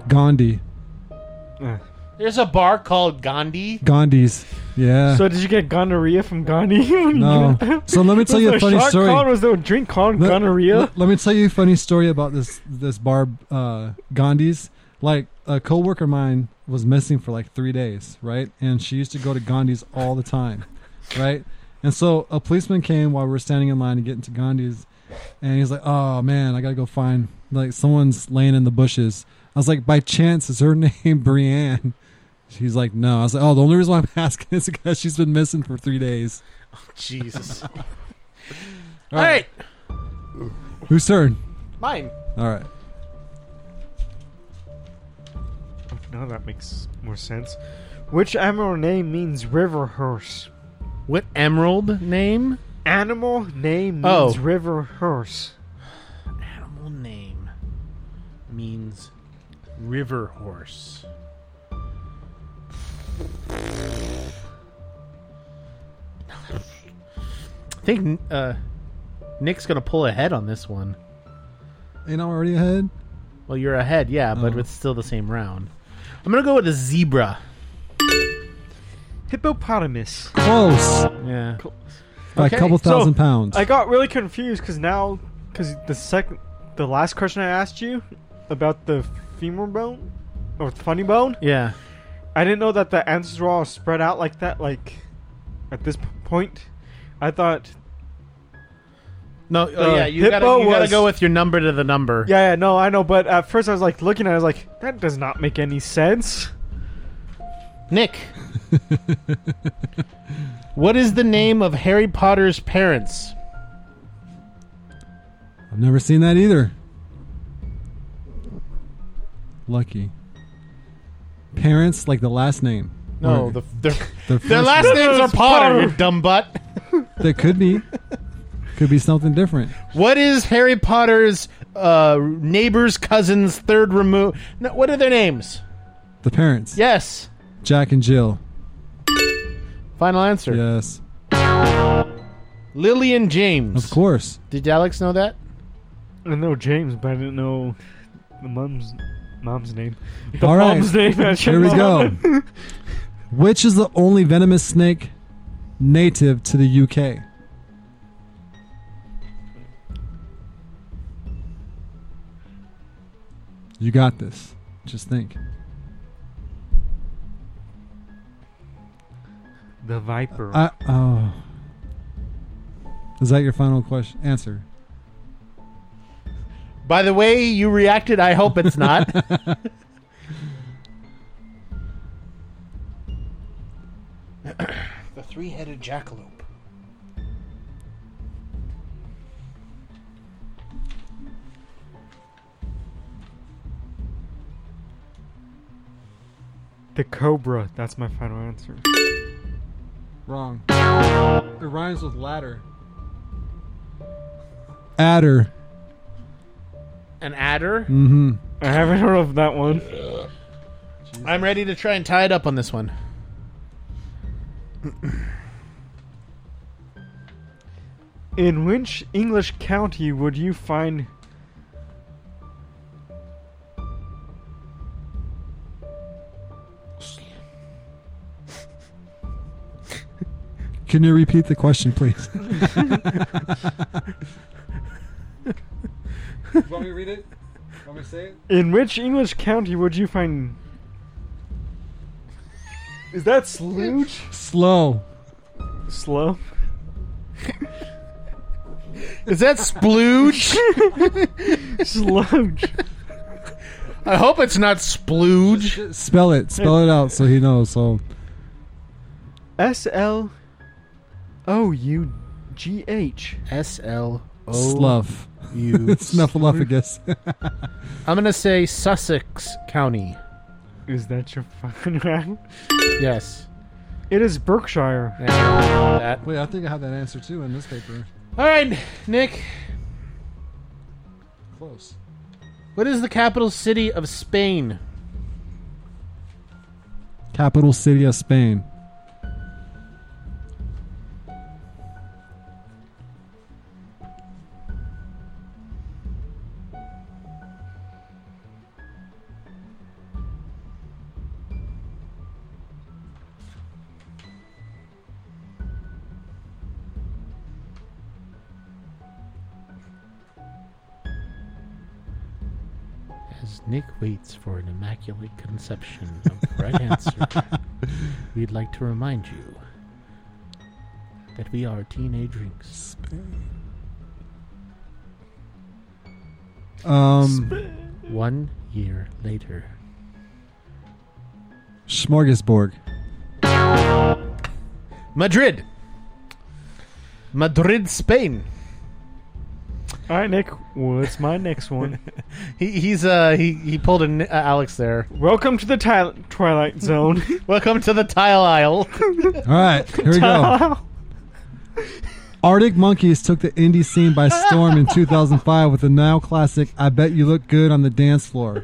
S4: Gandhi.
S6: Uh,
S2: There's a bar called Gandhi.
S4: Gandhi's. Yeah.
S10: So did you get gonorrhea from Gandhi?
S6: *laughs*
S4: no. So *laughs* let me tell you a funny
S10: Shah
S4: story.
S10: Khan was the drink called
S4: Let-
S10: gonorrhea.
S4: let- let me tell you a funny story about this this bar uh, Gandhi's. Like a coworker of mine was missing for like three days, right? And she used to go to Gandhi's all the time, *laughs* right? And so a policeman came while we were standing in line to get into Gandhi's, and he's like, "Oh man, I gotta go find like someone's laying in the bushes." I was like, "By chance, is her *laughs* name Brienne?" She's like, "No." I was like, "Oh, the only reason why I'm *laughs* asking is because she's been missing for three days."
S2: *laughs* Jesus. All
S4: All right.
S2: right,
S4: Whose turn?
S2: mine.
S4: All right.
S3: Now that makes more sense. Which animal name means river hearse?
S2: What emerald name?
S3: Animal name means
S2: Oh.
S3: river hearse.
S2: Animal name means river horse. I think uh, Nick's gonna pull ahead on this one.
S4: Ain't I already ahead?
S2: Well, you're ahead, yeah, but
S4: Oh.
S2: it's still the same round. I'm gonna go with a zebra.
S3: Hippopotamus.
S4: Close.
S2: Yeah.
S4: by
S2: Okay,
S4: a couple
S3: so
S4: thousand pounds.
S3: I got really confused because now, because the second, the last question I asked you about the femur bone or funny bone,
S2: Yeah.
S3: I didn't know that the answers were all spread out like that. Like at this p- point, I thought,
S2: No.
S3: Uh,
S2: Oh, yeah. You gotta,
S3: hippo
S2: you gotta
S3: was-
S2: go with your number to the number.
S3: yeah, yeah, no, I know. But at first, I was like looking at, it, I was like, that does not make any sense.
S2: Nick. what is the name of Harry Potter's parents?
S4: I've never seen that either. Lucky. Parents like the last name.
S2: No,
S4: Or
S2: the, *laughs* their,
S4: their
S2: their
S4: first
S2: last
S4: name.
S2: names are Potter, you dumb butt.
S4: That could
S2: *laughs*
S4: be. Could be something different.
S2: What is Harry Potter's uh, neighbor's cousin's third remove? No, what are their names?
S4: The parents.
S2: Yes.
S4: Jack and Jill.
S2: Final answer.
S4: Yes.
S2: Lily and James.
S4: Of course.
S2: Did Alex know that?
S3: I know James, but I didn't know the mom's mom's name. The
S4: All right.
S3: mom's name. I should
S4: Here we
S3: know.
S4: go. *laughs* Which is the only venomous snake native to the UK? You got this. Just think.
S3: The viper.
S4: I oh. Is that your final question answer?
S2: By the way you reacted, I hope it's not. the three headed jackalope.
S3: the cobra. That's my final answer.
S4: Wrong. It rhymes with ladder. Adder.
S2: An adder?
S4: Mm-hmm.
S3: I haven't heard of that one.
S2: I'm ready to try and tie it up on this one.
S3: In which English county would you find
S4: Can you repeat the question, please? you want me to read it? Want me to say it?
S3: in which English county would you find Is that Sluge?
S4: Slow.
S3: Slow?
S2: Is that splooge?
S3: *laughs* Sludge.
S2: I hope it's not splooge.
S4: Spell it. Spell it out so he knows. So
S3: S L O U G H.
S2: S L O
S4: slough. *laughs*
S2: U.
S4: It's *laughs* snuffleupagus.
S2: *laughs* I'm gonna say Sussex County.
S3: Is that your *laughs* final answer?
S2: Yes.
S3: It is Berkshire.
S2: And that.
S4: Wait, I think I have that answer too in this paper.
S2: All right, Nick.
S4: Close.
S2: What is the capital city of Spain?
S4: Capital city of Spain.
S2: As Nick waits for an immaculate conception of the right answer, *laughs* we'd like to remind you that we are Teenage Drinks.
S4: Um,
S2: One year later.
S4: smorgasbord.
S2: Madrid! Madrid, Spain.
S3: All right, Nick. What's my next one? *laughs*
S2: He, he's uh he, he pulled an uh, Alex there.
S3: Welcome to the twi- Twilight Zone.
S2: Welcome to the tile aisle.
S4: All right, here we go. Arctic Monkeys took the indie scene by storm in 2005 with the now classic "I Bet You Look Good on the Dance Floor."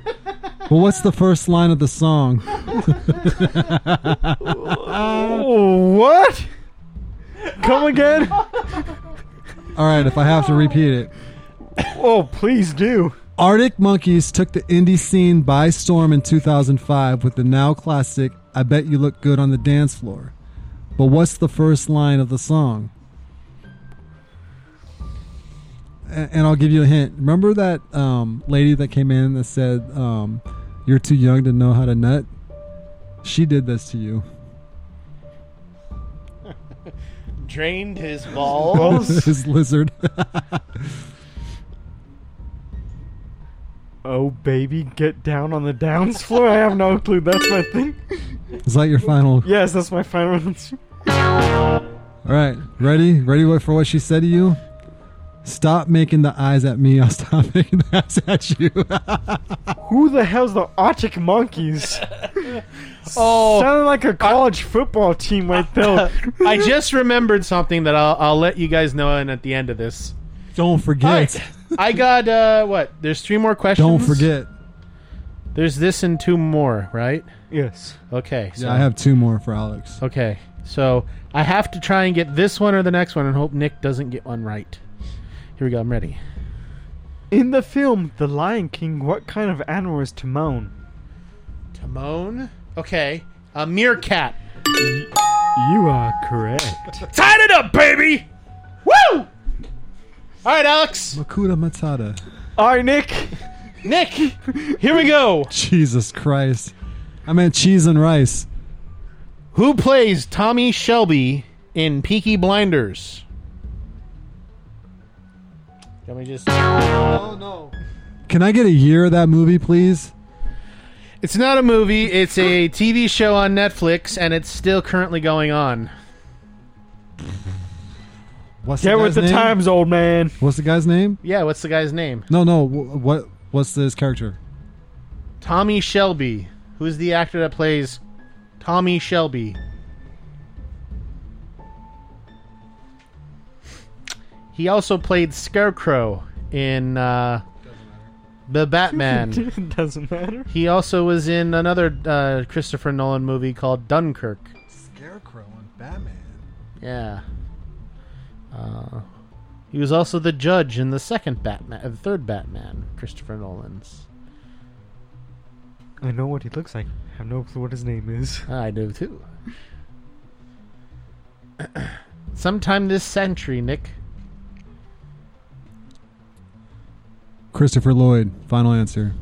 S4: But what's the first line of the song?
S3: oh, what? Come again?
S4: All right, if I have to repeat it.
S3: Oh, please do.
S4: Arctic Monkeys took the indie scene by storm in 2005 with the now classic I Bet You Look Good on the Dance Floor. But what's the first line of the song? A- And I'll give you a hint. Remember that um, lady that came in that said, um, You're too young to know how to nut? She did this to you.
S2: *laughs*
S4: *laughs*
S2: Drained his *laughs* balls.
S4: His lizard. *laughs*
S3: Oh, baby, get down on the downs floor. I have no clue. That's my thing.
S4: Is that your final?
S3: Yes, that's my final answer.
S4: All right. Ready? Ready for what she said to you? Stop making the eyes at me. I'll stop *laughs* making the eyes at you.
S3: Who the hell's the Arctic Monkeys?
S2: Oh.
S3: Sounded like a college football team
S2: *laughs*
S3: right there.
S2: I just remembered something that I'll, I'll let you guys know in at the end of this.
S4: Don't forget.
S2: I got uh what? There's three more questions.
S4: Don't forget.
S2: There's this and two more, right?
S3: yes.
S2: Okay. So,
S4: Yeah, I have two more for Alex.
S2: Okay. So I have to try and get this one or the next one and hope Nick doesn't get one right. Here we go. I'm ready.
S3: In the film The Lion King, what kind of animal is Timon?
S2: Timon. Okay. A meerkat.
S3: You are correct.
S11: Tied it up, baby!
S2: Woo! All right, Alex.
S4: Makuta Matata.
S3: All right, Nick.
S2: Nick. *laughs* Here we go.
S4: Jesus Christ. I meant cheese and rice.
S2: Who plays Tommy Shelby in Peaky Blinders? Let me just.
S4: Can I get a year of that movie, please?
S2: It's not a movie. It's a TV show on Netflix, and it's still currently going on.
S4: What's
S3: Get with the
S4: name?
S3: times, old man.
S4: What's the guy's name?
S2: Yeah, what's the guy's name?
S4: No, no. wh- What? What's his character?
S2: Tommy Shelby. Who's the actor that plays Tommy Shelby? He also played Scarecrow in uh, the *laughs* Batman.
S3: *laughs* it doesn't matter.
S2: he also was in another uh, Christopher Nolan movie called Dunkirk.
S4: Scarecrow on Batman.
S2: Yeah. Uh, he was also the judge in the second Batman, uh, the third Batman, Christopher Nolan's.
S3: I know what he looks like. I have no clue what his name is.
S2: I do too. *coughs* Sometime this century, Nick.
S4: Christopher Lloyd. Final answer.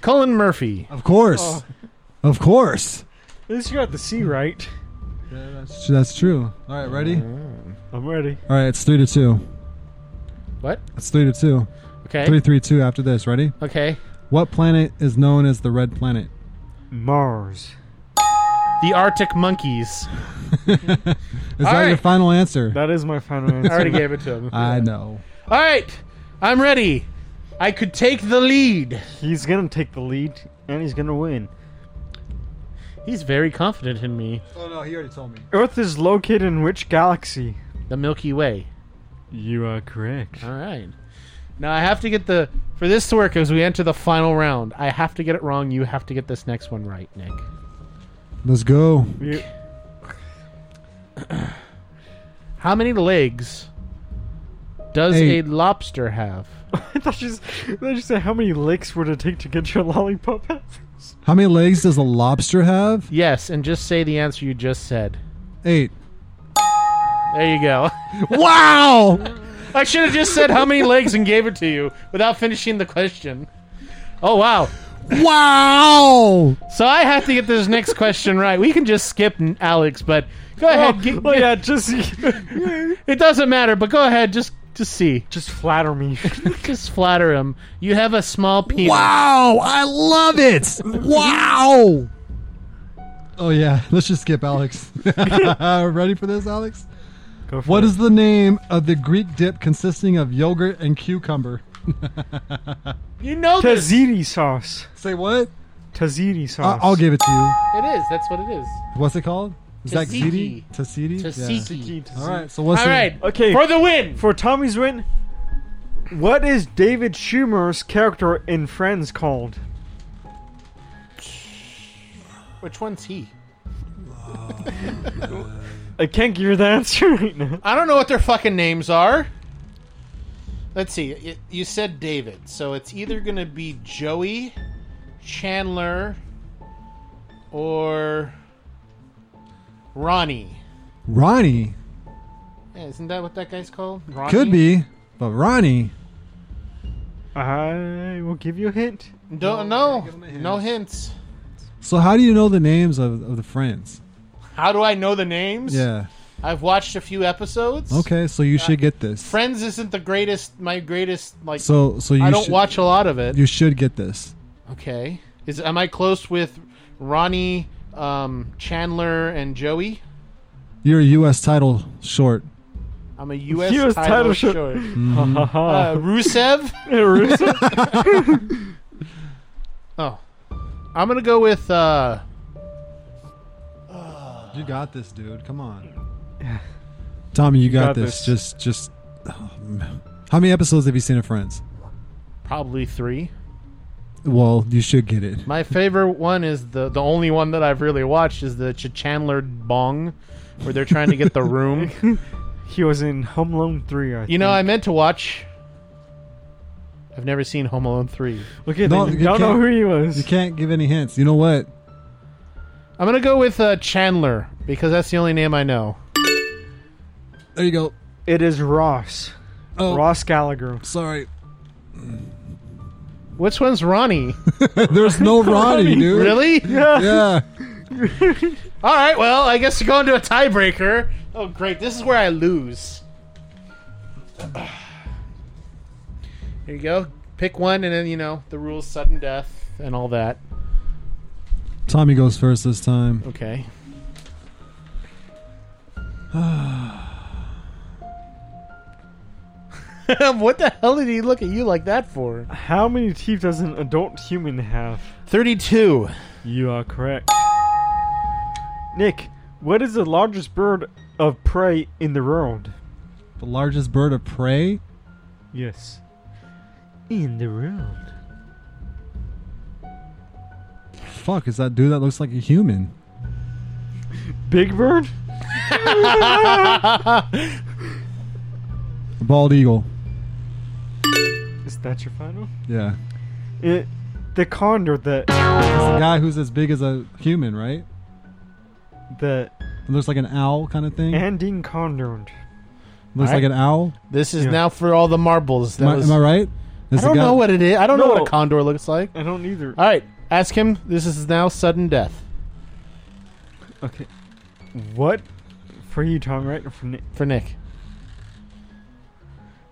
S2: Cullen Murphy.
S4: Of course. Of course.
S3: At least you got the C right.
S4: That's, that's true. All right, ready? All
S3: I'm ready.
S4: right, it's three to two.
S2: What?
S4: It's three to two.
S2: Okay.
S4: Three, three, two. After this, ready?
S2: Okay.
S4: What planet is known as the Red Planet? *laughs*
S3: Mars.
S2: The Arctic
S4: *laughs*
S2: Monkeys.
S4: Is
S2: All
S4: that your
S2: right.
S4: final answer?
S3: That is my *laughs* final answer.
S2: I already gave it to him.
S4: I know.
S2: All right. I'm ready. I could take the lead.
S3: He's gonna take the lead, and he's gonna win.
S2: He's very confident in me.
S4: Oh no, he already told me.
S3: Earth is located in which galaxy?
S2: The Milky Way.
S3: You are correct.
S2: All right. Now I have to get the for this to work as we enter the final round. I have to get it wrong. You have to get this next one right, Nick.
S4: Let's go.
S3: You,
S2: How many legs does
S4: Eight.
S2: a lobster have?
S3: *laughs* I thought you, s- I thought you said how many licks would it take to get your *laughs* lollipop out?
S4: How many legs does a lobster have?
S2: Yes, and just say the answer you *laughs* just said.
S4: Eight.
S2: There you go.
S4: Wow!
S2: *laughs* I should have just said how many legs and gave it to you without finishing the question. Oh wow.
S12: Wow.
S2: So I have to get this next question right. We can just skip Alex, but go
S3: Oh,
S2: ahead.
S3: *laughs*
S2: Get,
S3: Well, yeah, just
S2: It doesn't matter, but go ahead. Just just see.
S3: just flatter *laughs* me.
S2: Just flatter him. You have a small penis.
S12: Wow. I love it. Wow.
S4: Oh yeah, *laughs* let's just skip Alex. *laughs* Ready for this, Alex?
S3: Go for
S4: What
S3: it.
S4: is the name of the Greek dip consisting of yogurt and cucumber?
S2: You know this.
S3: Taziri sauce.
S4: Say what?
S3: Taziri
S4: I-
S3: sauce.
S4: I'll give it to you.
S2: It is. That's what it is.
S4: What's it called? Is that
S2: Tzatziki.
S4: ziti? Tzatziki? Yeah.
S2: Tasiki.
S4: All right. So what's
S2: All
S4: the-
S2: right.
S3: Okay.
S2: For the win.
S3: For Tommy's win, what is David Schumer's character in Friends called?
S2: Which one's he?
S3: I can't give you the *laughs* answer right now.
S2: I don't know what their fucking names are. Let's see. It, you said David, so it's either going to be Joey, Chandler, or Ronnie.
S4: Ronnie
S2: Yeah, isn't that what that guy's called? Ronnie?
S4: could be, but Ronnie.
S3: I will give you a *laughs* hint.
S2: Don't know. No hints.
S4: So how do you know the names of, of the friends?
S2: How do I know the names?
S4: Yeah.
S2: I've watched a few episodes.
S4: Okay. So you should get this.
S2: Uh, Friends isn't the greatest. My greatest. Like
S4: So so you
S2: I don't
S4: should,
S2: watch a lot of it.
S4: You should get this.
S2: Okay. Is am I close with Ronnie, um, Chandler, and Joey?
S4: You're a U.S. title short.
S2: I'm a U.S.
S3: US
S2: title,
S3: title
S2: short.
S3: short. Ha
S2: Uh,
S3: ha
S2: Rusev.
S3: ha.
S2: *laughs* Oh, I'm gonna go with. Uh,
S4: You got this, dude.
S2: *sighs*
S4: Come on. Tommy, you, got,
S3: got
S4: this.
S3: this.
S4: Just just um, How many episodes have you seen of Friends?
S2: Probably three.
S4: Well, you should get it.
S2: My favorite one is the the only one that I've really watched is the Ch- Chandler Bong, where they're trying to get the room.
S3: He was in Home Alone 3, I
S2: You know,
S3: think.
S2: I meant to watch. I've never seen Home Alone three.
S3: Okay,
S4: No,
S3: then
S4: you
S3: you don't know
S4: can't-
S3: who he was.
S4: You can't give any hints. You know what?
S2: I'm gonna go with uh, Chandler because that's the only name I know.
S4: There you go.
S3: It is Ross.
S4: Oh,
S3: Ross Gallagher.
S4: sorry. *laughs*
S2: Which one's Ronnie?
S4: There's *laughs* no Ronnie, dude.
S2: really?
S4: Yeah.
S2: All right. Well, I guess you're going to a tiebreaker. Oh, great. This is where I lose. *sighs* Here you go. Pick one, and then you know the rules: sudden death and all that.
S4: *laughs* Tommy goes first this time.
S2: Okay. *sighs* what the hell did he look at you like that for?
S3: How many teeth does an adult human have?
S2: Thirty-two.
S3: You are correct. Nick, what is the largest bird of prey in the world?
S4: The largest bird of prey?
S3: Yes. In the world.
S4: Fuck, is that dude that looks like a human?
S3: Big bird?
S4: A bald eagle.
S3: Is that your final?
S4: Yeah.
S3: It, the condor that
S4: It's a guy who's as big as a human, right?
S3: the
S4: It looks like an owl kind of thing.
S2: Uh-huh.
S3: ending condor.
S4: looks like an owl.
S2: This is
S3: Yeah.
S2: now for all the marbles. That
S4: Am I,
S2: was-
S4: am I right? This
S2: I don't
S4: guy-
S2: know what it is. I don't know what
S3: No.
S2: a condor looks like.
S3: I don't either.
S2: All right, ask him. This is now sudden death
S3: Okay. What? For you, Tom, right? Or for Nick?
S2: for Nick.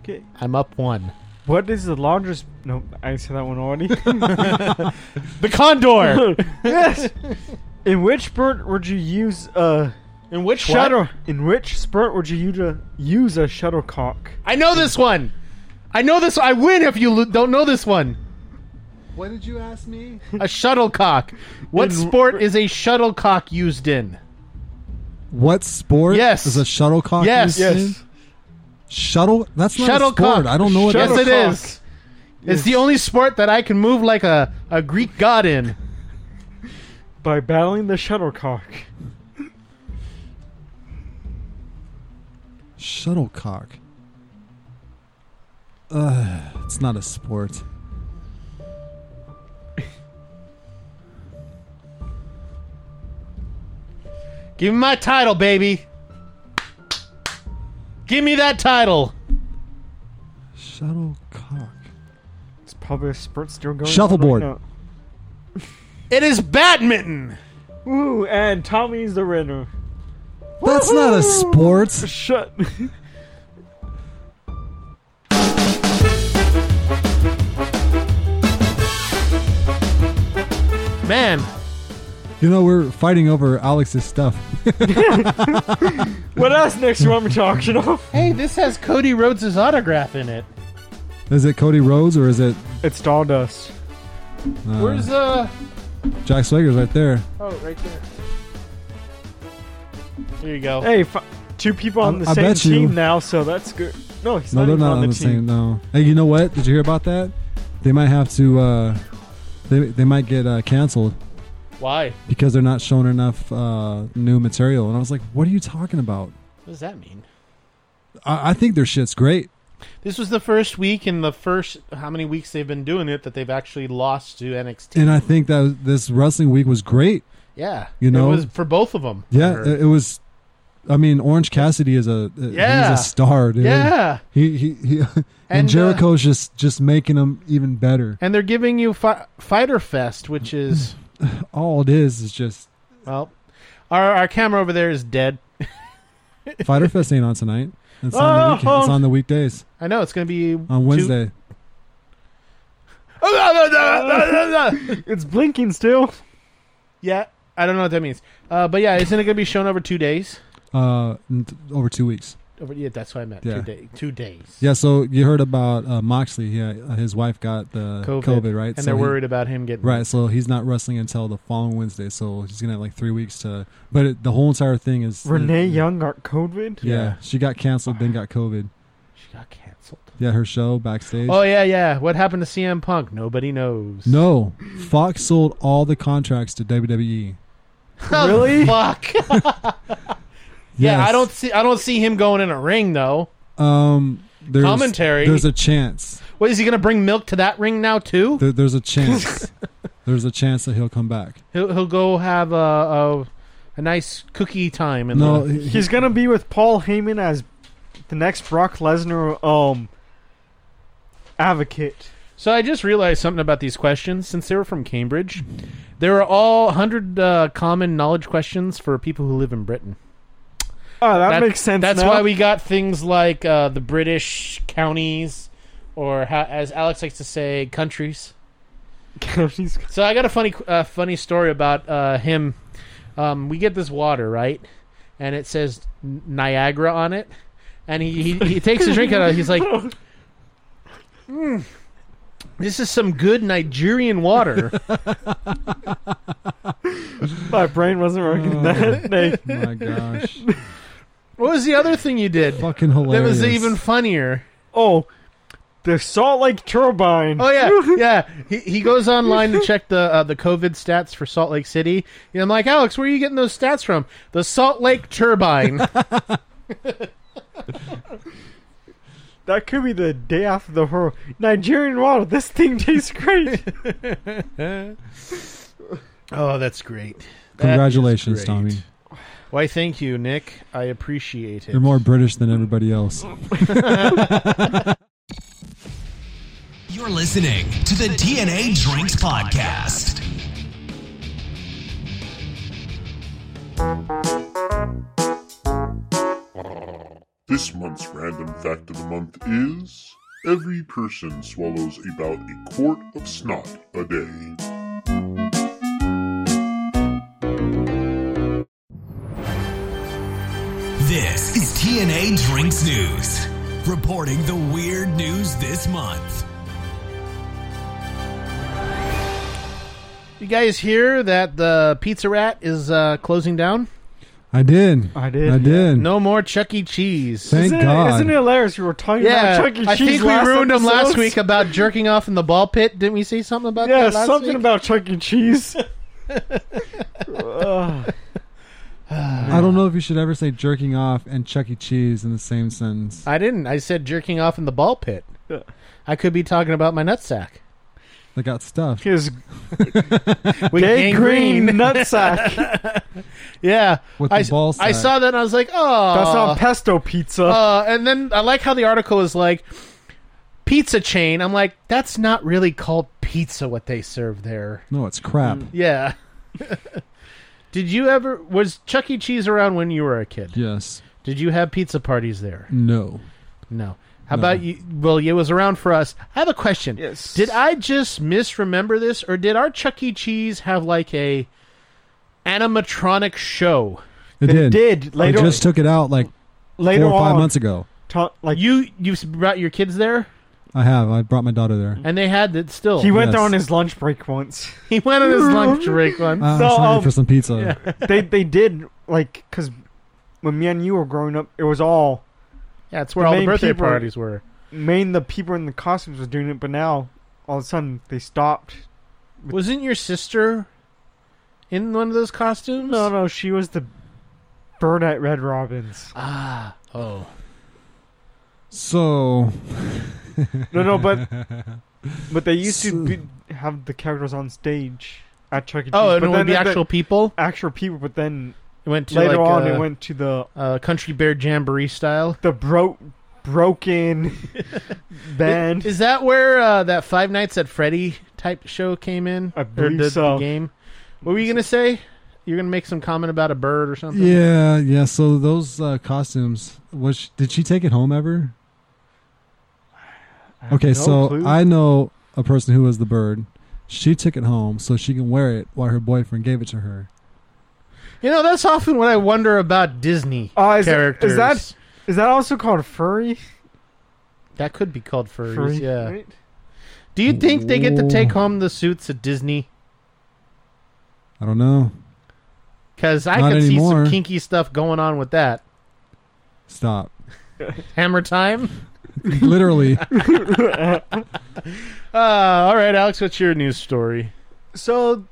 S3: Okay.
S2: I'm up one.
S3: What is the largest? No, I said that one
S4: *laughs*
S3: already.
S2: The
S3: *laughs*
S2: condor.
S3: yes. In which bird would you use a
S2: In which
S3: shuttle?
S2: What?
S3: In which sport would you use a, use a shuttlecock?
S2: I know this one. I know this. I win if you lo- don't know this one.
S4: What did you ask me?
S2: A shuttlecock. What
S3: In-
S2: sport is a shuttlecock used in?
S4: *laughs* What sport
S2: Yes.
S4: is a shuttlecock?
S2: Yes.
S4: used in? Shuttle? That's not a
S2: Shuttlecock.
S4: sport. I don't know what
S2: yes,
S4: that
S2: it is. It's the only sport that I can move like a, a Greek god in.
S3: By battling the shuttlecock.
S4: Shuttlecock. Uh, it's not a sport.
S2: Give me my title, baby. Give me that title.
S4: Shuttlecock.
S3: It's probably a spurt still going. on
S4: Shuffleboard.
S3: Right
S2: it is badminton.
S3: now. Ooh, and Tommy's the winner.
S4: That's not a sport.
S3: Shut. *laughs*
S2: Man,
S4: You know, we're fighting over Alex's stuff.
S3: what else next you want me to auction off?
S2: hey, this has Cody Rhodes' autograph in it.
S4: Is it Cody Rhodes or is it
S3: It's Stardust.
S4: uh,
S2: Where's uh?
S4: Jack Swagger's right there?
S2: Oh, right there. There you go.
S3: Hey, fi- two people on
S4: I-
S3: the
S4: I
S3: same
S4: bet you-
S3: team now, so that's good. No, he's
S4: No,
S3: not
S4: they're
S3: even
S4: not
S3: on the, team.
S4: same. No. Hey, you know what? Did you hear about that? They might have to. Uh, they they might get uh, canceled
S2: Why?
S4: because they're not showing enough uh, new material. And I was like, what are you talking about?
S2: What does that mean?
S4: I, I think their shit's great.
S2: This was the first week in the first how many weeks they've been doing it that they've actually lost to NXT.
S4: And I think that this wrestling week was great.
S2: yeah,
S4: You know-
S2: it was for both of them.
S4: Yeah, it, it was. I mean, Orange Cassidy is a
S2: Yeah.
S4: he's a star, dude.
S2: yeah,
S4: He he, he *laughs* and,
S2: And, uh,
S4: Jericho's just just making him even better.
S2: and they're giving you fi- Fighter Fest, which
S4: *clears throat*
S2: is
S4: All it is is just
S2: well, our our camera over there is dead.
S4: Fighter Fest ain't on tonight. It's on, the
S2: Oh,
S4: weekend. it's on the weekdays
S2: I know it's going to be
S4: on Wednesday.
S2: two-
S3: It's blinking still.
S2: *laughs*
S4: Mm-hmm.
S2: yeah, I don't know what that means, uh, but yeah, isn't it going to be shown over two days?
S4: Uh, n- t- over two weeks.
S2: Over, yeah, that's what I meant.
S4: Yeah.
S2: Two, day, two days.
S4: Yeah. So you heard about uh, Moxley? Yeah, his wife got the COVID, right?
S2: And
S4: so
S2: they're
S4: he-
S2: worried about him getting
S4: Right, so he's not wrestling until the following Wednesday, so he's gonna have like three weeks to. But it, the whole entire thing is
S3: Renee Young got COVID.
S4: Yeah, she got canceled, then got COVID.
S2: She got canceled.
S4: Yeah, her show backstage.
S2: Oh yeah, yeah. What happened to CM Punk? Nobody knows.
S4: No, Fox sold all the contracts to E. WWE.
S3: Really?
S2: *laughs*
S3: *laughs*
S2: Fuck. Yeah, I don't see. I don't see him going in a ring though.
S4: Um, there's,
S2: Commentary.
S4: There's a chance.
S2: What is he going to bring milk to that ring now too?
S4: There, there's
S2: *laughs*
S4: a chance. there's a chance that he'll come back.
S2: He'll, he'll go have a, a a nice cookie time and
S4: No, he-
S3: He's gonna be with Paul Heyman as the next Brock Lesnar um advocate.
S2: So I just realized something about these questions. Since they were from Cambridge, they were all hundred uh, common knowledge questions for people who live in Britain.
S3: Oh, that,
S2: That-
S3: makes sense.
S2: That's
S3: now.
S2: why we got things like uh, the British counties, or how, as Alex likes to say, countries.
S3: *laughs* He's-
S2: So I got a funny, uh, funny story about uh, him. Um, we get this water right, and it says N- Niagara on it, and he he, *laughs* he takes a drink out of it. He's like, "Mm, "This is some good Nigerian *laughs* water."
S3: my brain wasn't
S4: Oh.
S3: working
S4: *laughs*
S3: that day.
S2: *laughs*
S4: my gosh,
S2: what was the other thing you did?
S4: fucking
S2: That
S4: hilarious.
S2: was even funnier.
S3: Oh, the Salt Lake Turbine.
S2: Oh yeah, yeah. He, he goes online to check the uh, the COVID stats for Salt Lake City. And I'm like, Alex, where are you getting those stats from? The Salt Lake *laughs* Turbine.
S3: That could be the day after the hurl. Nigerian water. This thing tastes great.
S2: oh, that's great. That is
S4: Congratulations,
S2: great.
S4: Tommy.
S2: Why, thank you, Nick. I appreciate it.
S4: You're more British than everybody else.
S1: You're listening to the TNA Drinks Podcast.
S13: This month's random fact of the month is every person swallows about a quart of snot a day.
S1: This is TNA Drinks News, reporting the weird news this month.
S2: You guys hear that the Pizza Rat is uh, closing down?
S4: I did.
S3: I did,
S4: I
S3: yeah.
S4: did.
S2: No more Chuck E. Cheese.
S4: Thank
S3: isn't, it-
S4: God.
S3: isn't it hilarious? We were talking
S2: yeah,
S3: about Chuck E. Cheese.
S2: I think we
S3: last
S2: ruined him last
S3: episodes?
S2: week about jerking off in the ball pit. Didn't we say something about
S3: Yeah,
S2: that last
S3: something
S2: week?
S3: about Chuck E. Cheese. Ugh.
S4: I don't know if you should ever say jerking off and Chuck E. Cheese in the same sentence.
S2: I didn't. I said jerking off in the ball pit.
S3: Yeah.
S2: I could be talking about my nutsack.
S4: They got stuffed.
S3: His
S2: With
S3: gay
S2: gangrene.
S3: green nutsack.
S2: yeah.
S4: With
S2: I,
S4: the ball
S2: I
S4: sack.
S2: saw that and I was like, oh.
S3: Uh, That's on pesto pizza.
S2: uh, and then I like how the article is like, pizza chain. I'm like, that's not really called pizza what they serve there.
S4: No, it's crap.
S2: Yeah. *laughs* Did you ever was Chuck E. Cheese around when you were a kid?
S4: Yes.
S2: Did you have pizza parties there?
S4: No.
S2: No. How
S4: No.
S2: about you? Well, it was around for us. I have a question. Yes. Did I just misremember this, or did our Chuck E. Cheese have like a animatronic show?
S4: It did.
S2: later-
S4: I just took it out like
S2: later
S4: four or five
S2: on.
S4: months ago.
S2: like you, you s- brought your kids there,
S4: I have. I brought my daughter there.
S2: and they had it still.
S4: He went Yes. there on
S3: his
S2: lunch break once. *laughs* He went on his
S3: *laughs*
S2: lunch break once.
S4: Uh, I'm sorry
S2: um,
S4: for some pizza.
S3: they they did like because when me and you were growing up, it was all.
S2: Yeah, it's where all the
S3: main
S2: birthday parties were.
S3: Main the people in the costumes was doing it, but now all of a sudden they stopped.
S2: Wasn't your sister in one of those costumes?
S3: No, no, she was the bird at Red Robin's.
S2: Ah, oh.
S4: So.
S3: No, no,
S4: *laughs*
S3: but but they used to be, have the characters on stage at Chuck E. Cheese.
S2: Oh, and
S3: but
S2: it would
S3: then
S2: be
S3: the-
S2: actual people.
S3: Actual people, but then
S2: It went to
S3: later
S2: like,
S3: on.
S2: uh,
S3: it went to the
S2: uh, country bear jamboree style.
S3: The broke, broken
S2: *laughs*
S3: band.
S2: Is that where uh, that Five Nights at Freddy type show came in? I
S3: believe
S2: the, the
S3: so.
S2: game. What were you gonna say? You're gonna make some comment about a bird or something?
S4: Yeah, yeah. So those uh, costumes. Was she, did she take it home ever? Okay,
S3: no
S4: so
S3: clue.
S4: I know a person who was the bird. She took it home so she can wear it while her boyfriend gave it to her.
S2: You know, that's often what I wonder about Disney
S3: Uh, is, that-
S2: characters.
S3: is that is that also called furry?
S2: That could be called furries.
S3: Furry,
S2: yeah.
S3: right?
S2: Do you think they get to take home the suits at Disney?
S4: I don't know.
S2: Because I
S4: Not
S2: can see
S4: anymore.
S2: some kinky stuff going on with that.
S3: *laughs*
S4: Stop.
S2: Hammer time.
S4: Literally.
S2: uh, all right, Alex. What's your news story?
S3: So,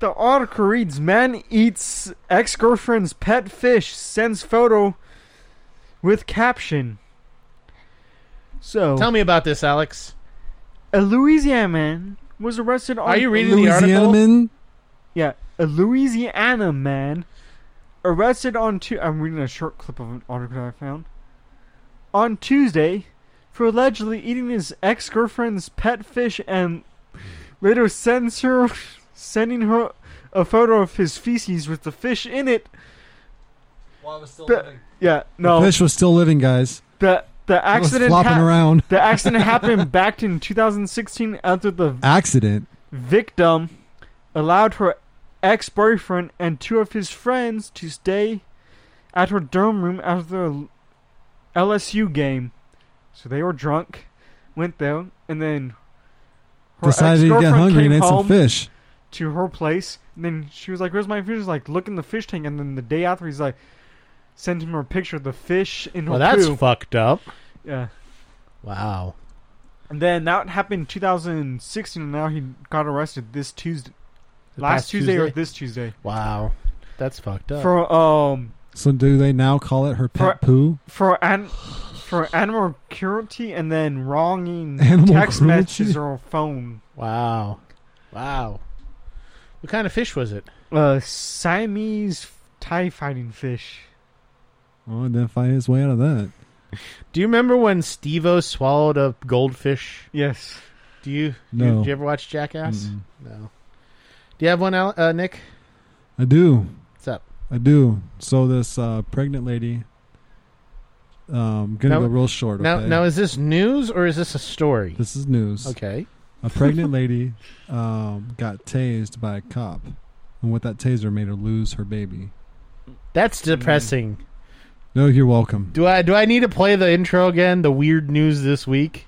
S3: the article reads: Man eats ex-girlfriend's pet fish, sends photo with caption. So,
S2: Tell me about this, Alex.
S3: a Louisiana man was arrested. On
S2: Are you reading the article?
S4: Man?
S3: Yeah, a Louisiana man arrested on two. I'm reading a short clip of an article I found on Tuesday for allegedly eating his ex-girlfriend's pet fish and later sends her sending her a photo of his feces with the fish in it.
S4: While I was still
S3: The, yeah, no.
S4: The fish was still living, guys.
S3: the the
S4: was
S3: accident
S4: flopping around.
S3: The accident happened back in 2016 after the
S4: Accident.
S3: victim allowed her ex boyfriend and two of his friends to stay at her dorm room after the LSU game. So they were drunk, went there, and then her
S4: Decided to get
S3: ex-girlfriend
S4: hungry
S3: came
S4: and ate some
S3: home
S4: fish.
S3: To her place, and then she was like, "Where's my fish?" He's like, "Look in the fish tank." And then the day after, he's like, "Send him a picture of the fish in her
S2: Well, that's
S3: poo."
S2: fucked up.
S3: Yeah.
S2: Wow.
S3: And then that happened in 2016, and now he got arrested this Tuesday,
S2: The
S3: last
S2: past
S3: Tuesday, or
S2: Tuesday?
S3: this Tuesday
S2: Wow. That's fucked up.
S3: for um
S4: So do they now call it her pet poo?
S3: for an for animal cruelty and then *laughs* wronging
S4: Animal
S3: text
S4: cruelty?
S3: messages or phone.
S2: Wow. Wow. What kind of fish was it?
S3: Uh, Siamese Thai fighting fish.
S4: Well, identify his way out of that.
S2: Do you remember when Steve-O swallowed a goldfish?
S3: Yes.
S2: Do you?
S4: No.
S2: You, did you ever watch Jackass? No. Do you have one, Al- uh, Nick?
S4: I do.
S2: What's up?
S4: I do. So this uh, pregnant lady. Um, gonna
S2: Now-
S4: go real short.
S2: Now,
S4: okay?
S2: now is this news or is this a story?
S4: This is news.
S2: Okay. *laughs*
S4: A pregnant lady um, got tased by a cop, and with that taser, made her lose her baby.
S2: That's depressing.
S4: No, you're welcome.
S2: Do I do I need to play the intro again? The weird news this week.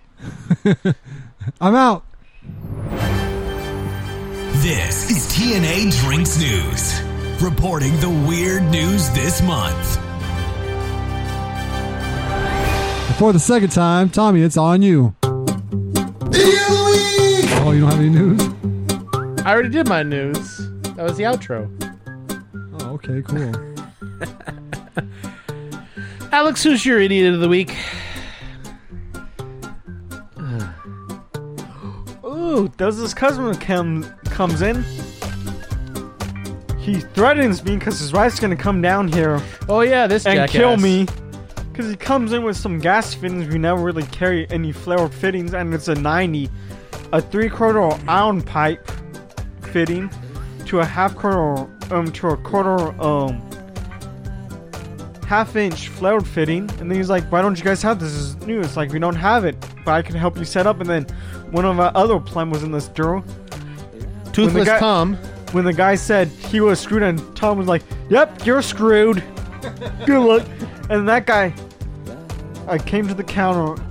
S4: I'm out.
S1: This is TNA Drinks News, reporting the weird news this month.
S4: And for the second time, Tommy, it's on you. Oh, you don't have any news?
S2: I already did my news. That was the outro.
S4: Oh, okay, cool.
S2: Alex, who's your idiot of the week?
S3: Ooh, does this customer come comes in? He threatens me because his wife's gonna come down here
S2: Oh yeah, this
S3: and kill
S2: jackass.
S3: me
S6: Because
S3: he comes in with some gas fittings. We never really carry any flare fittings, and it's a 90, a three quarter iron pipe fitting to a half quarter, um, to a quarter, um, half inch flared fitting. And then he's like, Why don't you guys have this? This is new. It's like, We don't have it, but I can help you set up. And then one of our other plum was in this drill.
S2: Toothless Tom.
S3: When the guy said he was screwed, and Tom was like, Yep, you're screwed. Good luck. And that guy, I came to the counter,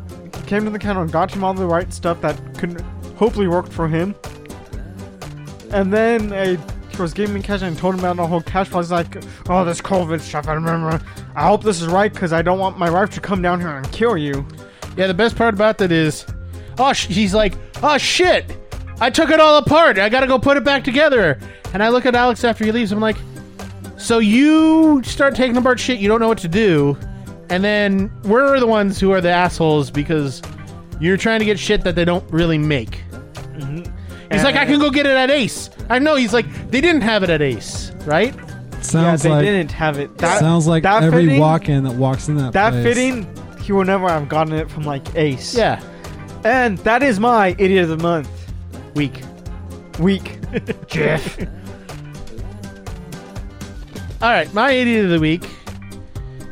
S3: came to the counter and got him all the right stuff that could hopefully work for him. And then I he was giving me cash and I told him about the whole cash flow. He's like, oh, this COVID stuff, I remember. I hope this is right because I don't want my wife to come down here and kill you.
S2: Yeah, the best part about that is, oh, sh- he's like, oh shit, I took it all apart. I gotta go put it back together. And I look at Alex after he leaves. I'm like, so you start taking apart shit you don't know what to do, and then we're the ones who are the assholes because you're trying to get shit that they don't really make.
S3: Mm-hmm.
S2: He's like, I can go get it at Ace. I know. He's like, they didn't have it at Ace, right?
S14: Sounds
S3: yeah, they
S14: like-
S3: didn't have it. That,
S14: Sounds like
S3: that
S14: every
S3: fitting,
S14: walk-in that walks in that
S3: That
S14: place.
S3: fitting, he will never have gotten it from like Ace.
S2: Yeah.
S3: And that is my idiot of the month.
S2: Week. *laughs*
S3: Week. Jeff.
S2: All right, my idiot of the week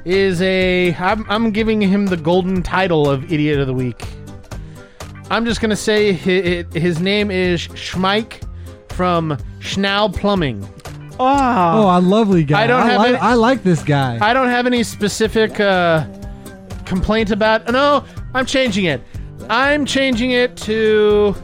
S2: is a. I'm, I'm giving him the golden title of idiot of the week. I'm just gonna say his, his name is Schmike from Schnau Plumbing.
S3: Ah.
S14: Oh, a lovely guy.
S2: I don't have
S14: like,
S2: it-
S14: I like this guy.
S2: I don't have any specific uh, complaint about. No, I'm changing it. I'm changing it to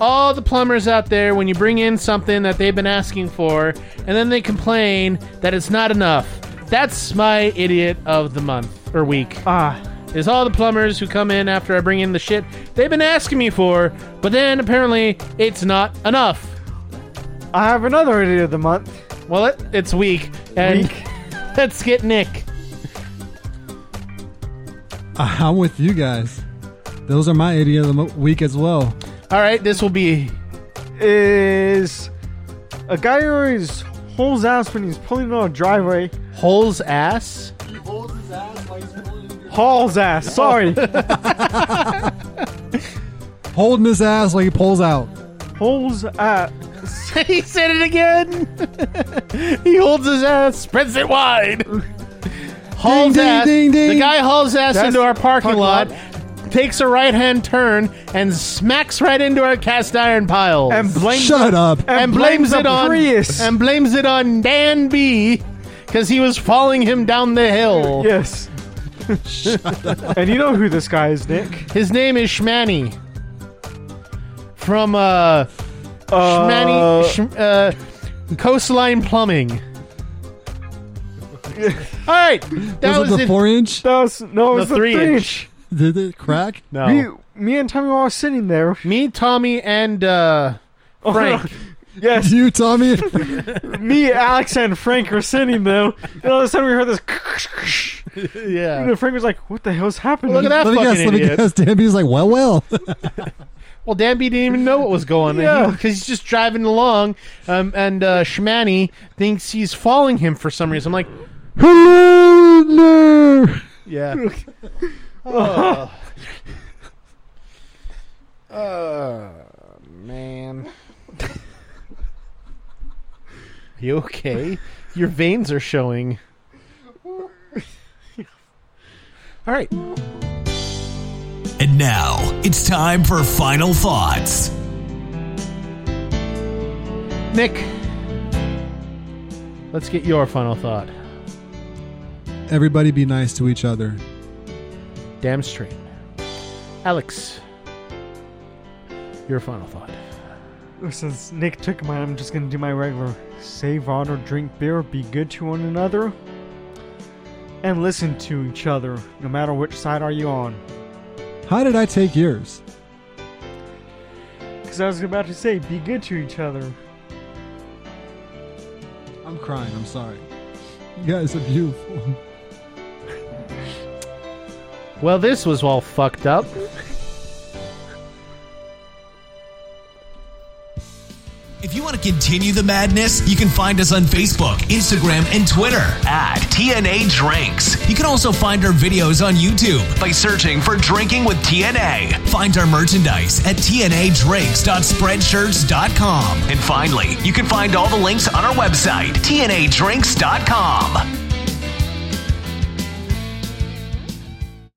S2: all the plumbers out there when you bring in something that they've been asking for and then they complain that it's not enough. That's my idiot of the month or week.
S3: Ah.
S2: Is all the plumbers who come in after I bring in the shit they've been asking me for, but then apparently it's not enough.
S3: I have another idiot of the month.
S2: Well, it, it's week. And *laughs* let's get Nick.
S14: *laughs* I'm with you guys. Those are my idiot of the mo- week as well.
S2: All right, this will be
S3: is a guy who always holds ass when he's pulling on a driveway.
S2: Holds ass. *laughs*
S3: Hauls
S2: Oh.
S3: ass. Sorry.
S2: *laughs*
S14: Holding his ass like he pulls out.
S3: holds ass.
S2: he said it again. *laughs* he holds his ass, spreads it wide. Hauls
S14: ding,
S2: ass.
S14: ding, ding.
S2: The guy hauls ass
S14: That's-
S2: into our parking,
S14: parking
S2: lot,
S14: lot.
S2: takes a right hand turn, and smacks right into our cast iron pile. And
S3: blames
S14: Shut up.
S2: and, blames,
S3: the
S2: it on
S3: Prius.
S2: and blames it on Dan B because he was following him down the hill.
S3: Yes. *laughs* and you know who this guy is, Nick?
S2: His name is Schmanny. From uh, Schmanny Sch- uh, Coastline Plumbing. All right, that
S14: was,
S2: was,
S14: it the
S2: it.
S14: four
S2: *laughs*
S14: inch?
S3: That was no,
S2: The
S3: it's the
S2: three Oh.
S3: three,
S2: inch.
S3: inch.
S14: Did it
S2: *laughs*
S14: crack?
S2: No,
S3: We, me and Tommy were all sitting there.
S2: me, Tommy, and uh, Frank.
S3: Yes,
S14: You,
S2: *laughs*
S14: Tommy.
S3: me, Alex, and Frank were sitting there. And all of a sudden, we heard this.
S2: yeah,
S3: And Frank was like, "What the hell's happening?"
S2: look at that
S14: let me
S2: fucking
S14: guess. Let me
S2: idiot.
S14: guess. Danby's like, well,
S2: *laughs*
S14: well.
S2: Well, Danby didn't even know what was going on
S3: Yeah.
S2: because he's just driving along, um, and uh, Schmanny thinks he's following him for some reason. I'm like,
S14: Hello there.
S2: *laughs* yeah. oh. Oh, man. you okay? Your veins are showing. All right.
S1: And now it's time for final thoughts.
S2: Nick, let's get your final thought.
S14: Everybody be nice to each other.
S2: Damn straight. Alex, your final thought.
S3: Since Nick took mine, I'm just gonna do my regular save honor, drink beer, be good to one another, and listen to each other, no matter which side are you on.
S14: How did I take yours?
S3: Because I was about to say, be good to each other.
S14: I'm crying. I'm sorry. You guys are beautiful.
S2: Well, this was all fucked up.
S1: If you want to continue the madness, you can find us on Facebook, Instagram, and Twitter at TNA Drinks. You can also find our videos on YouTube by searching for Drinking with TNA. Find our merchandise at tnadrinks.spreadshirts.com. And finally, you can find all the links on our website, tnadrinks.com.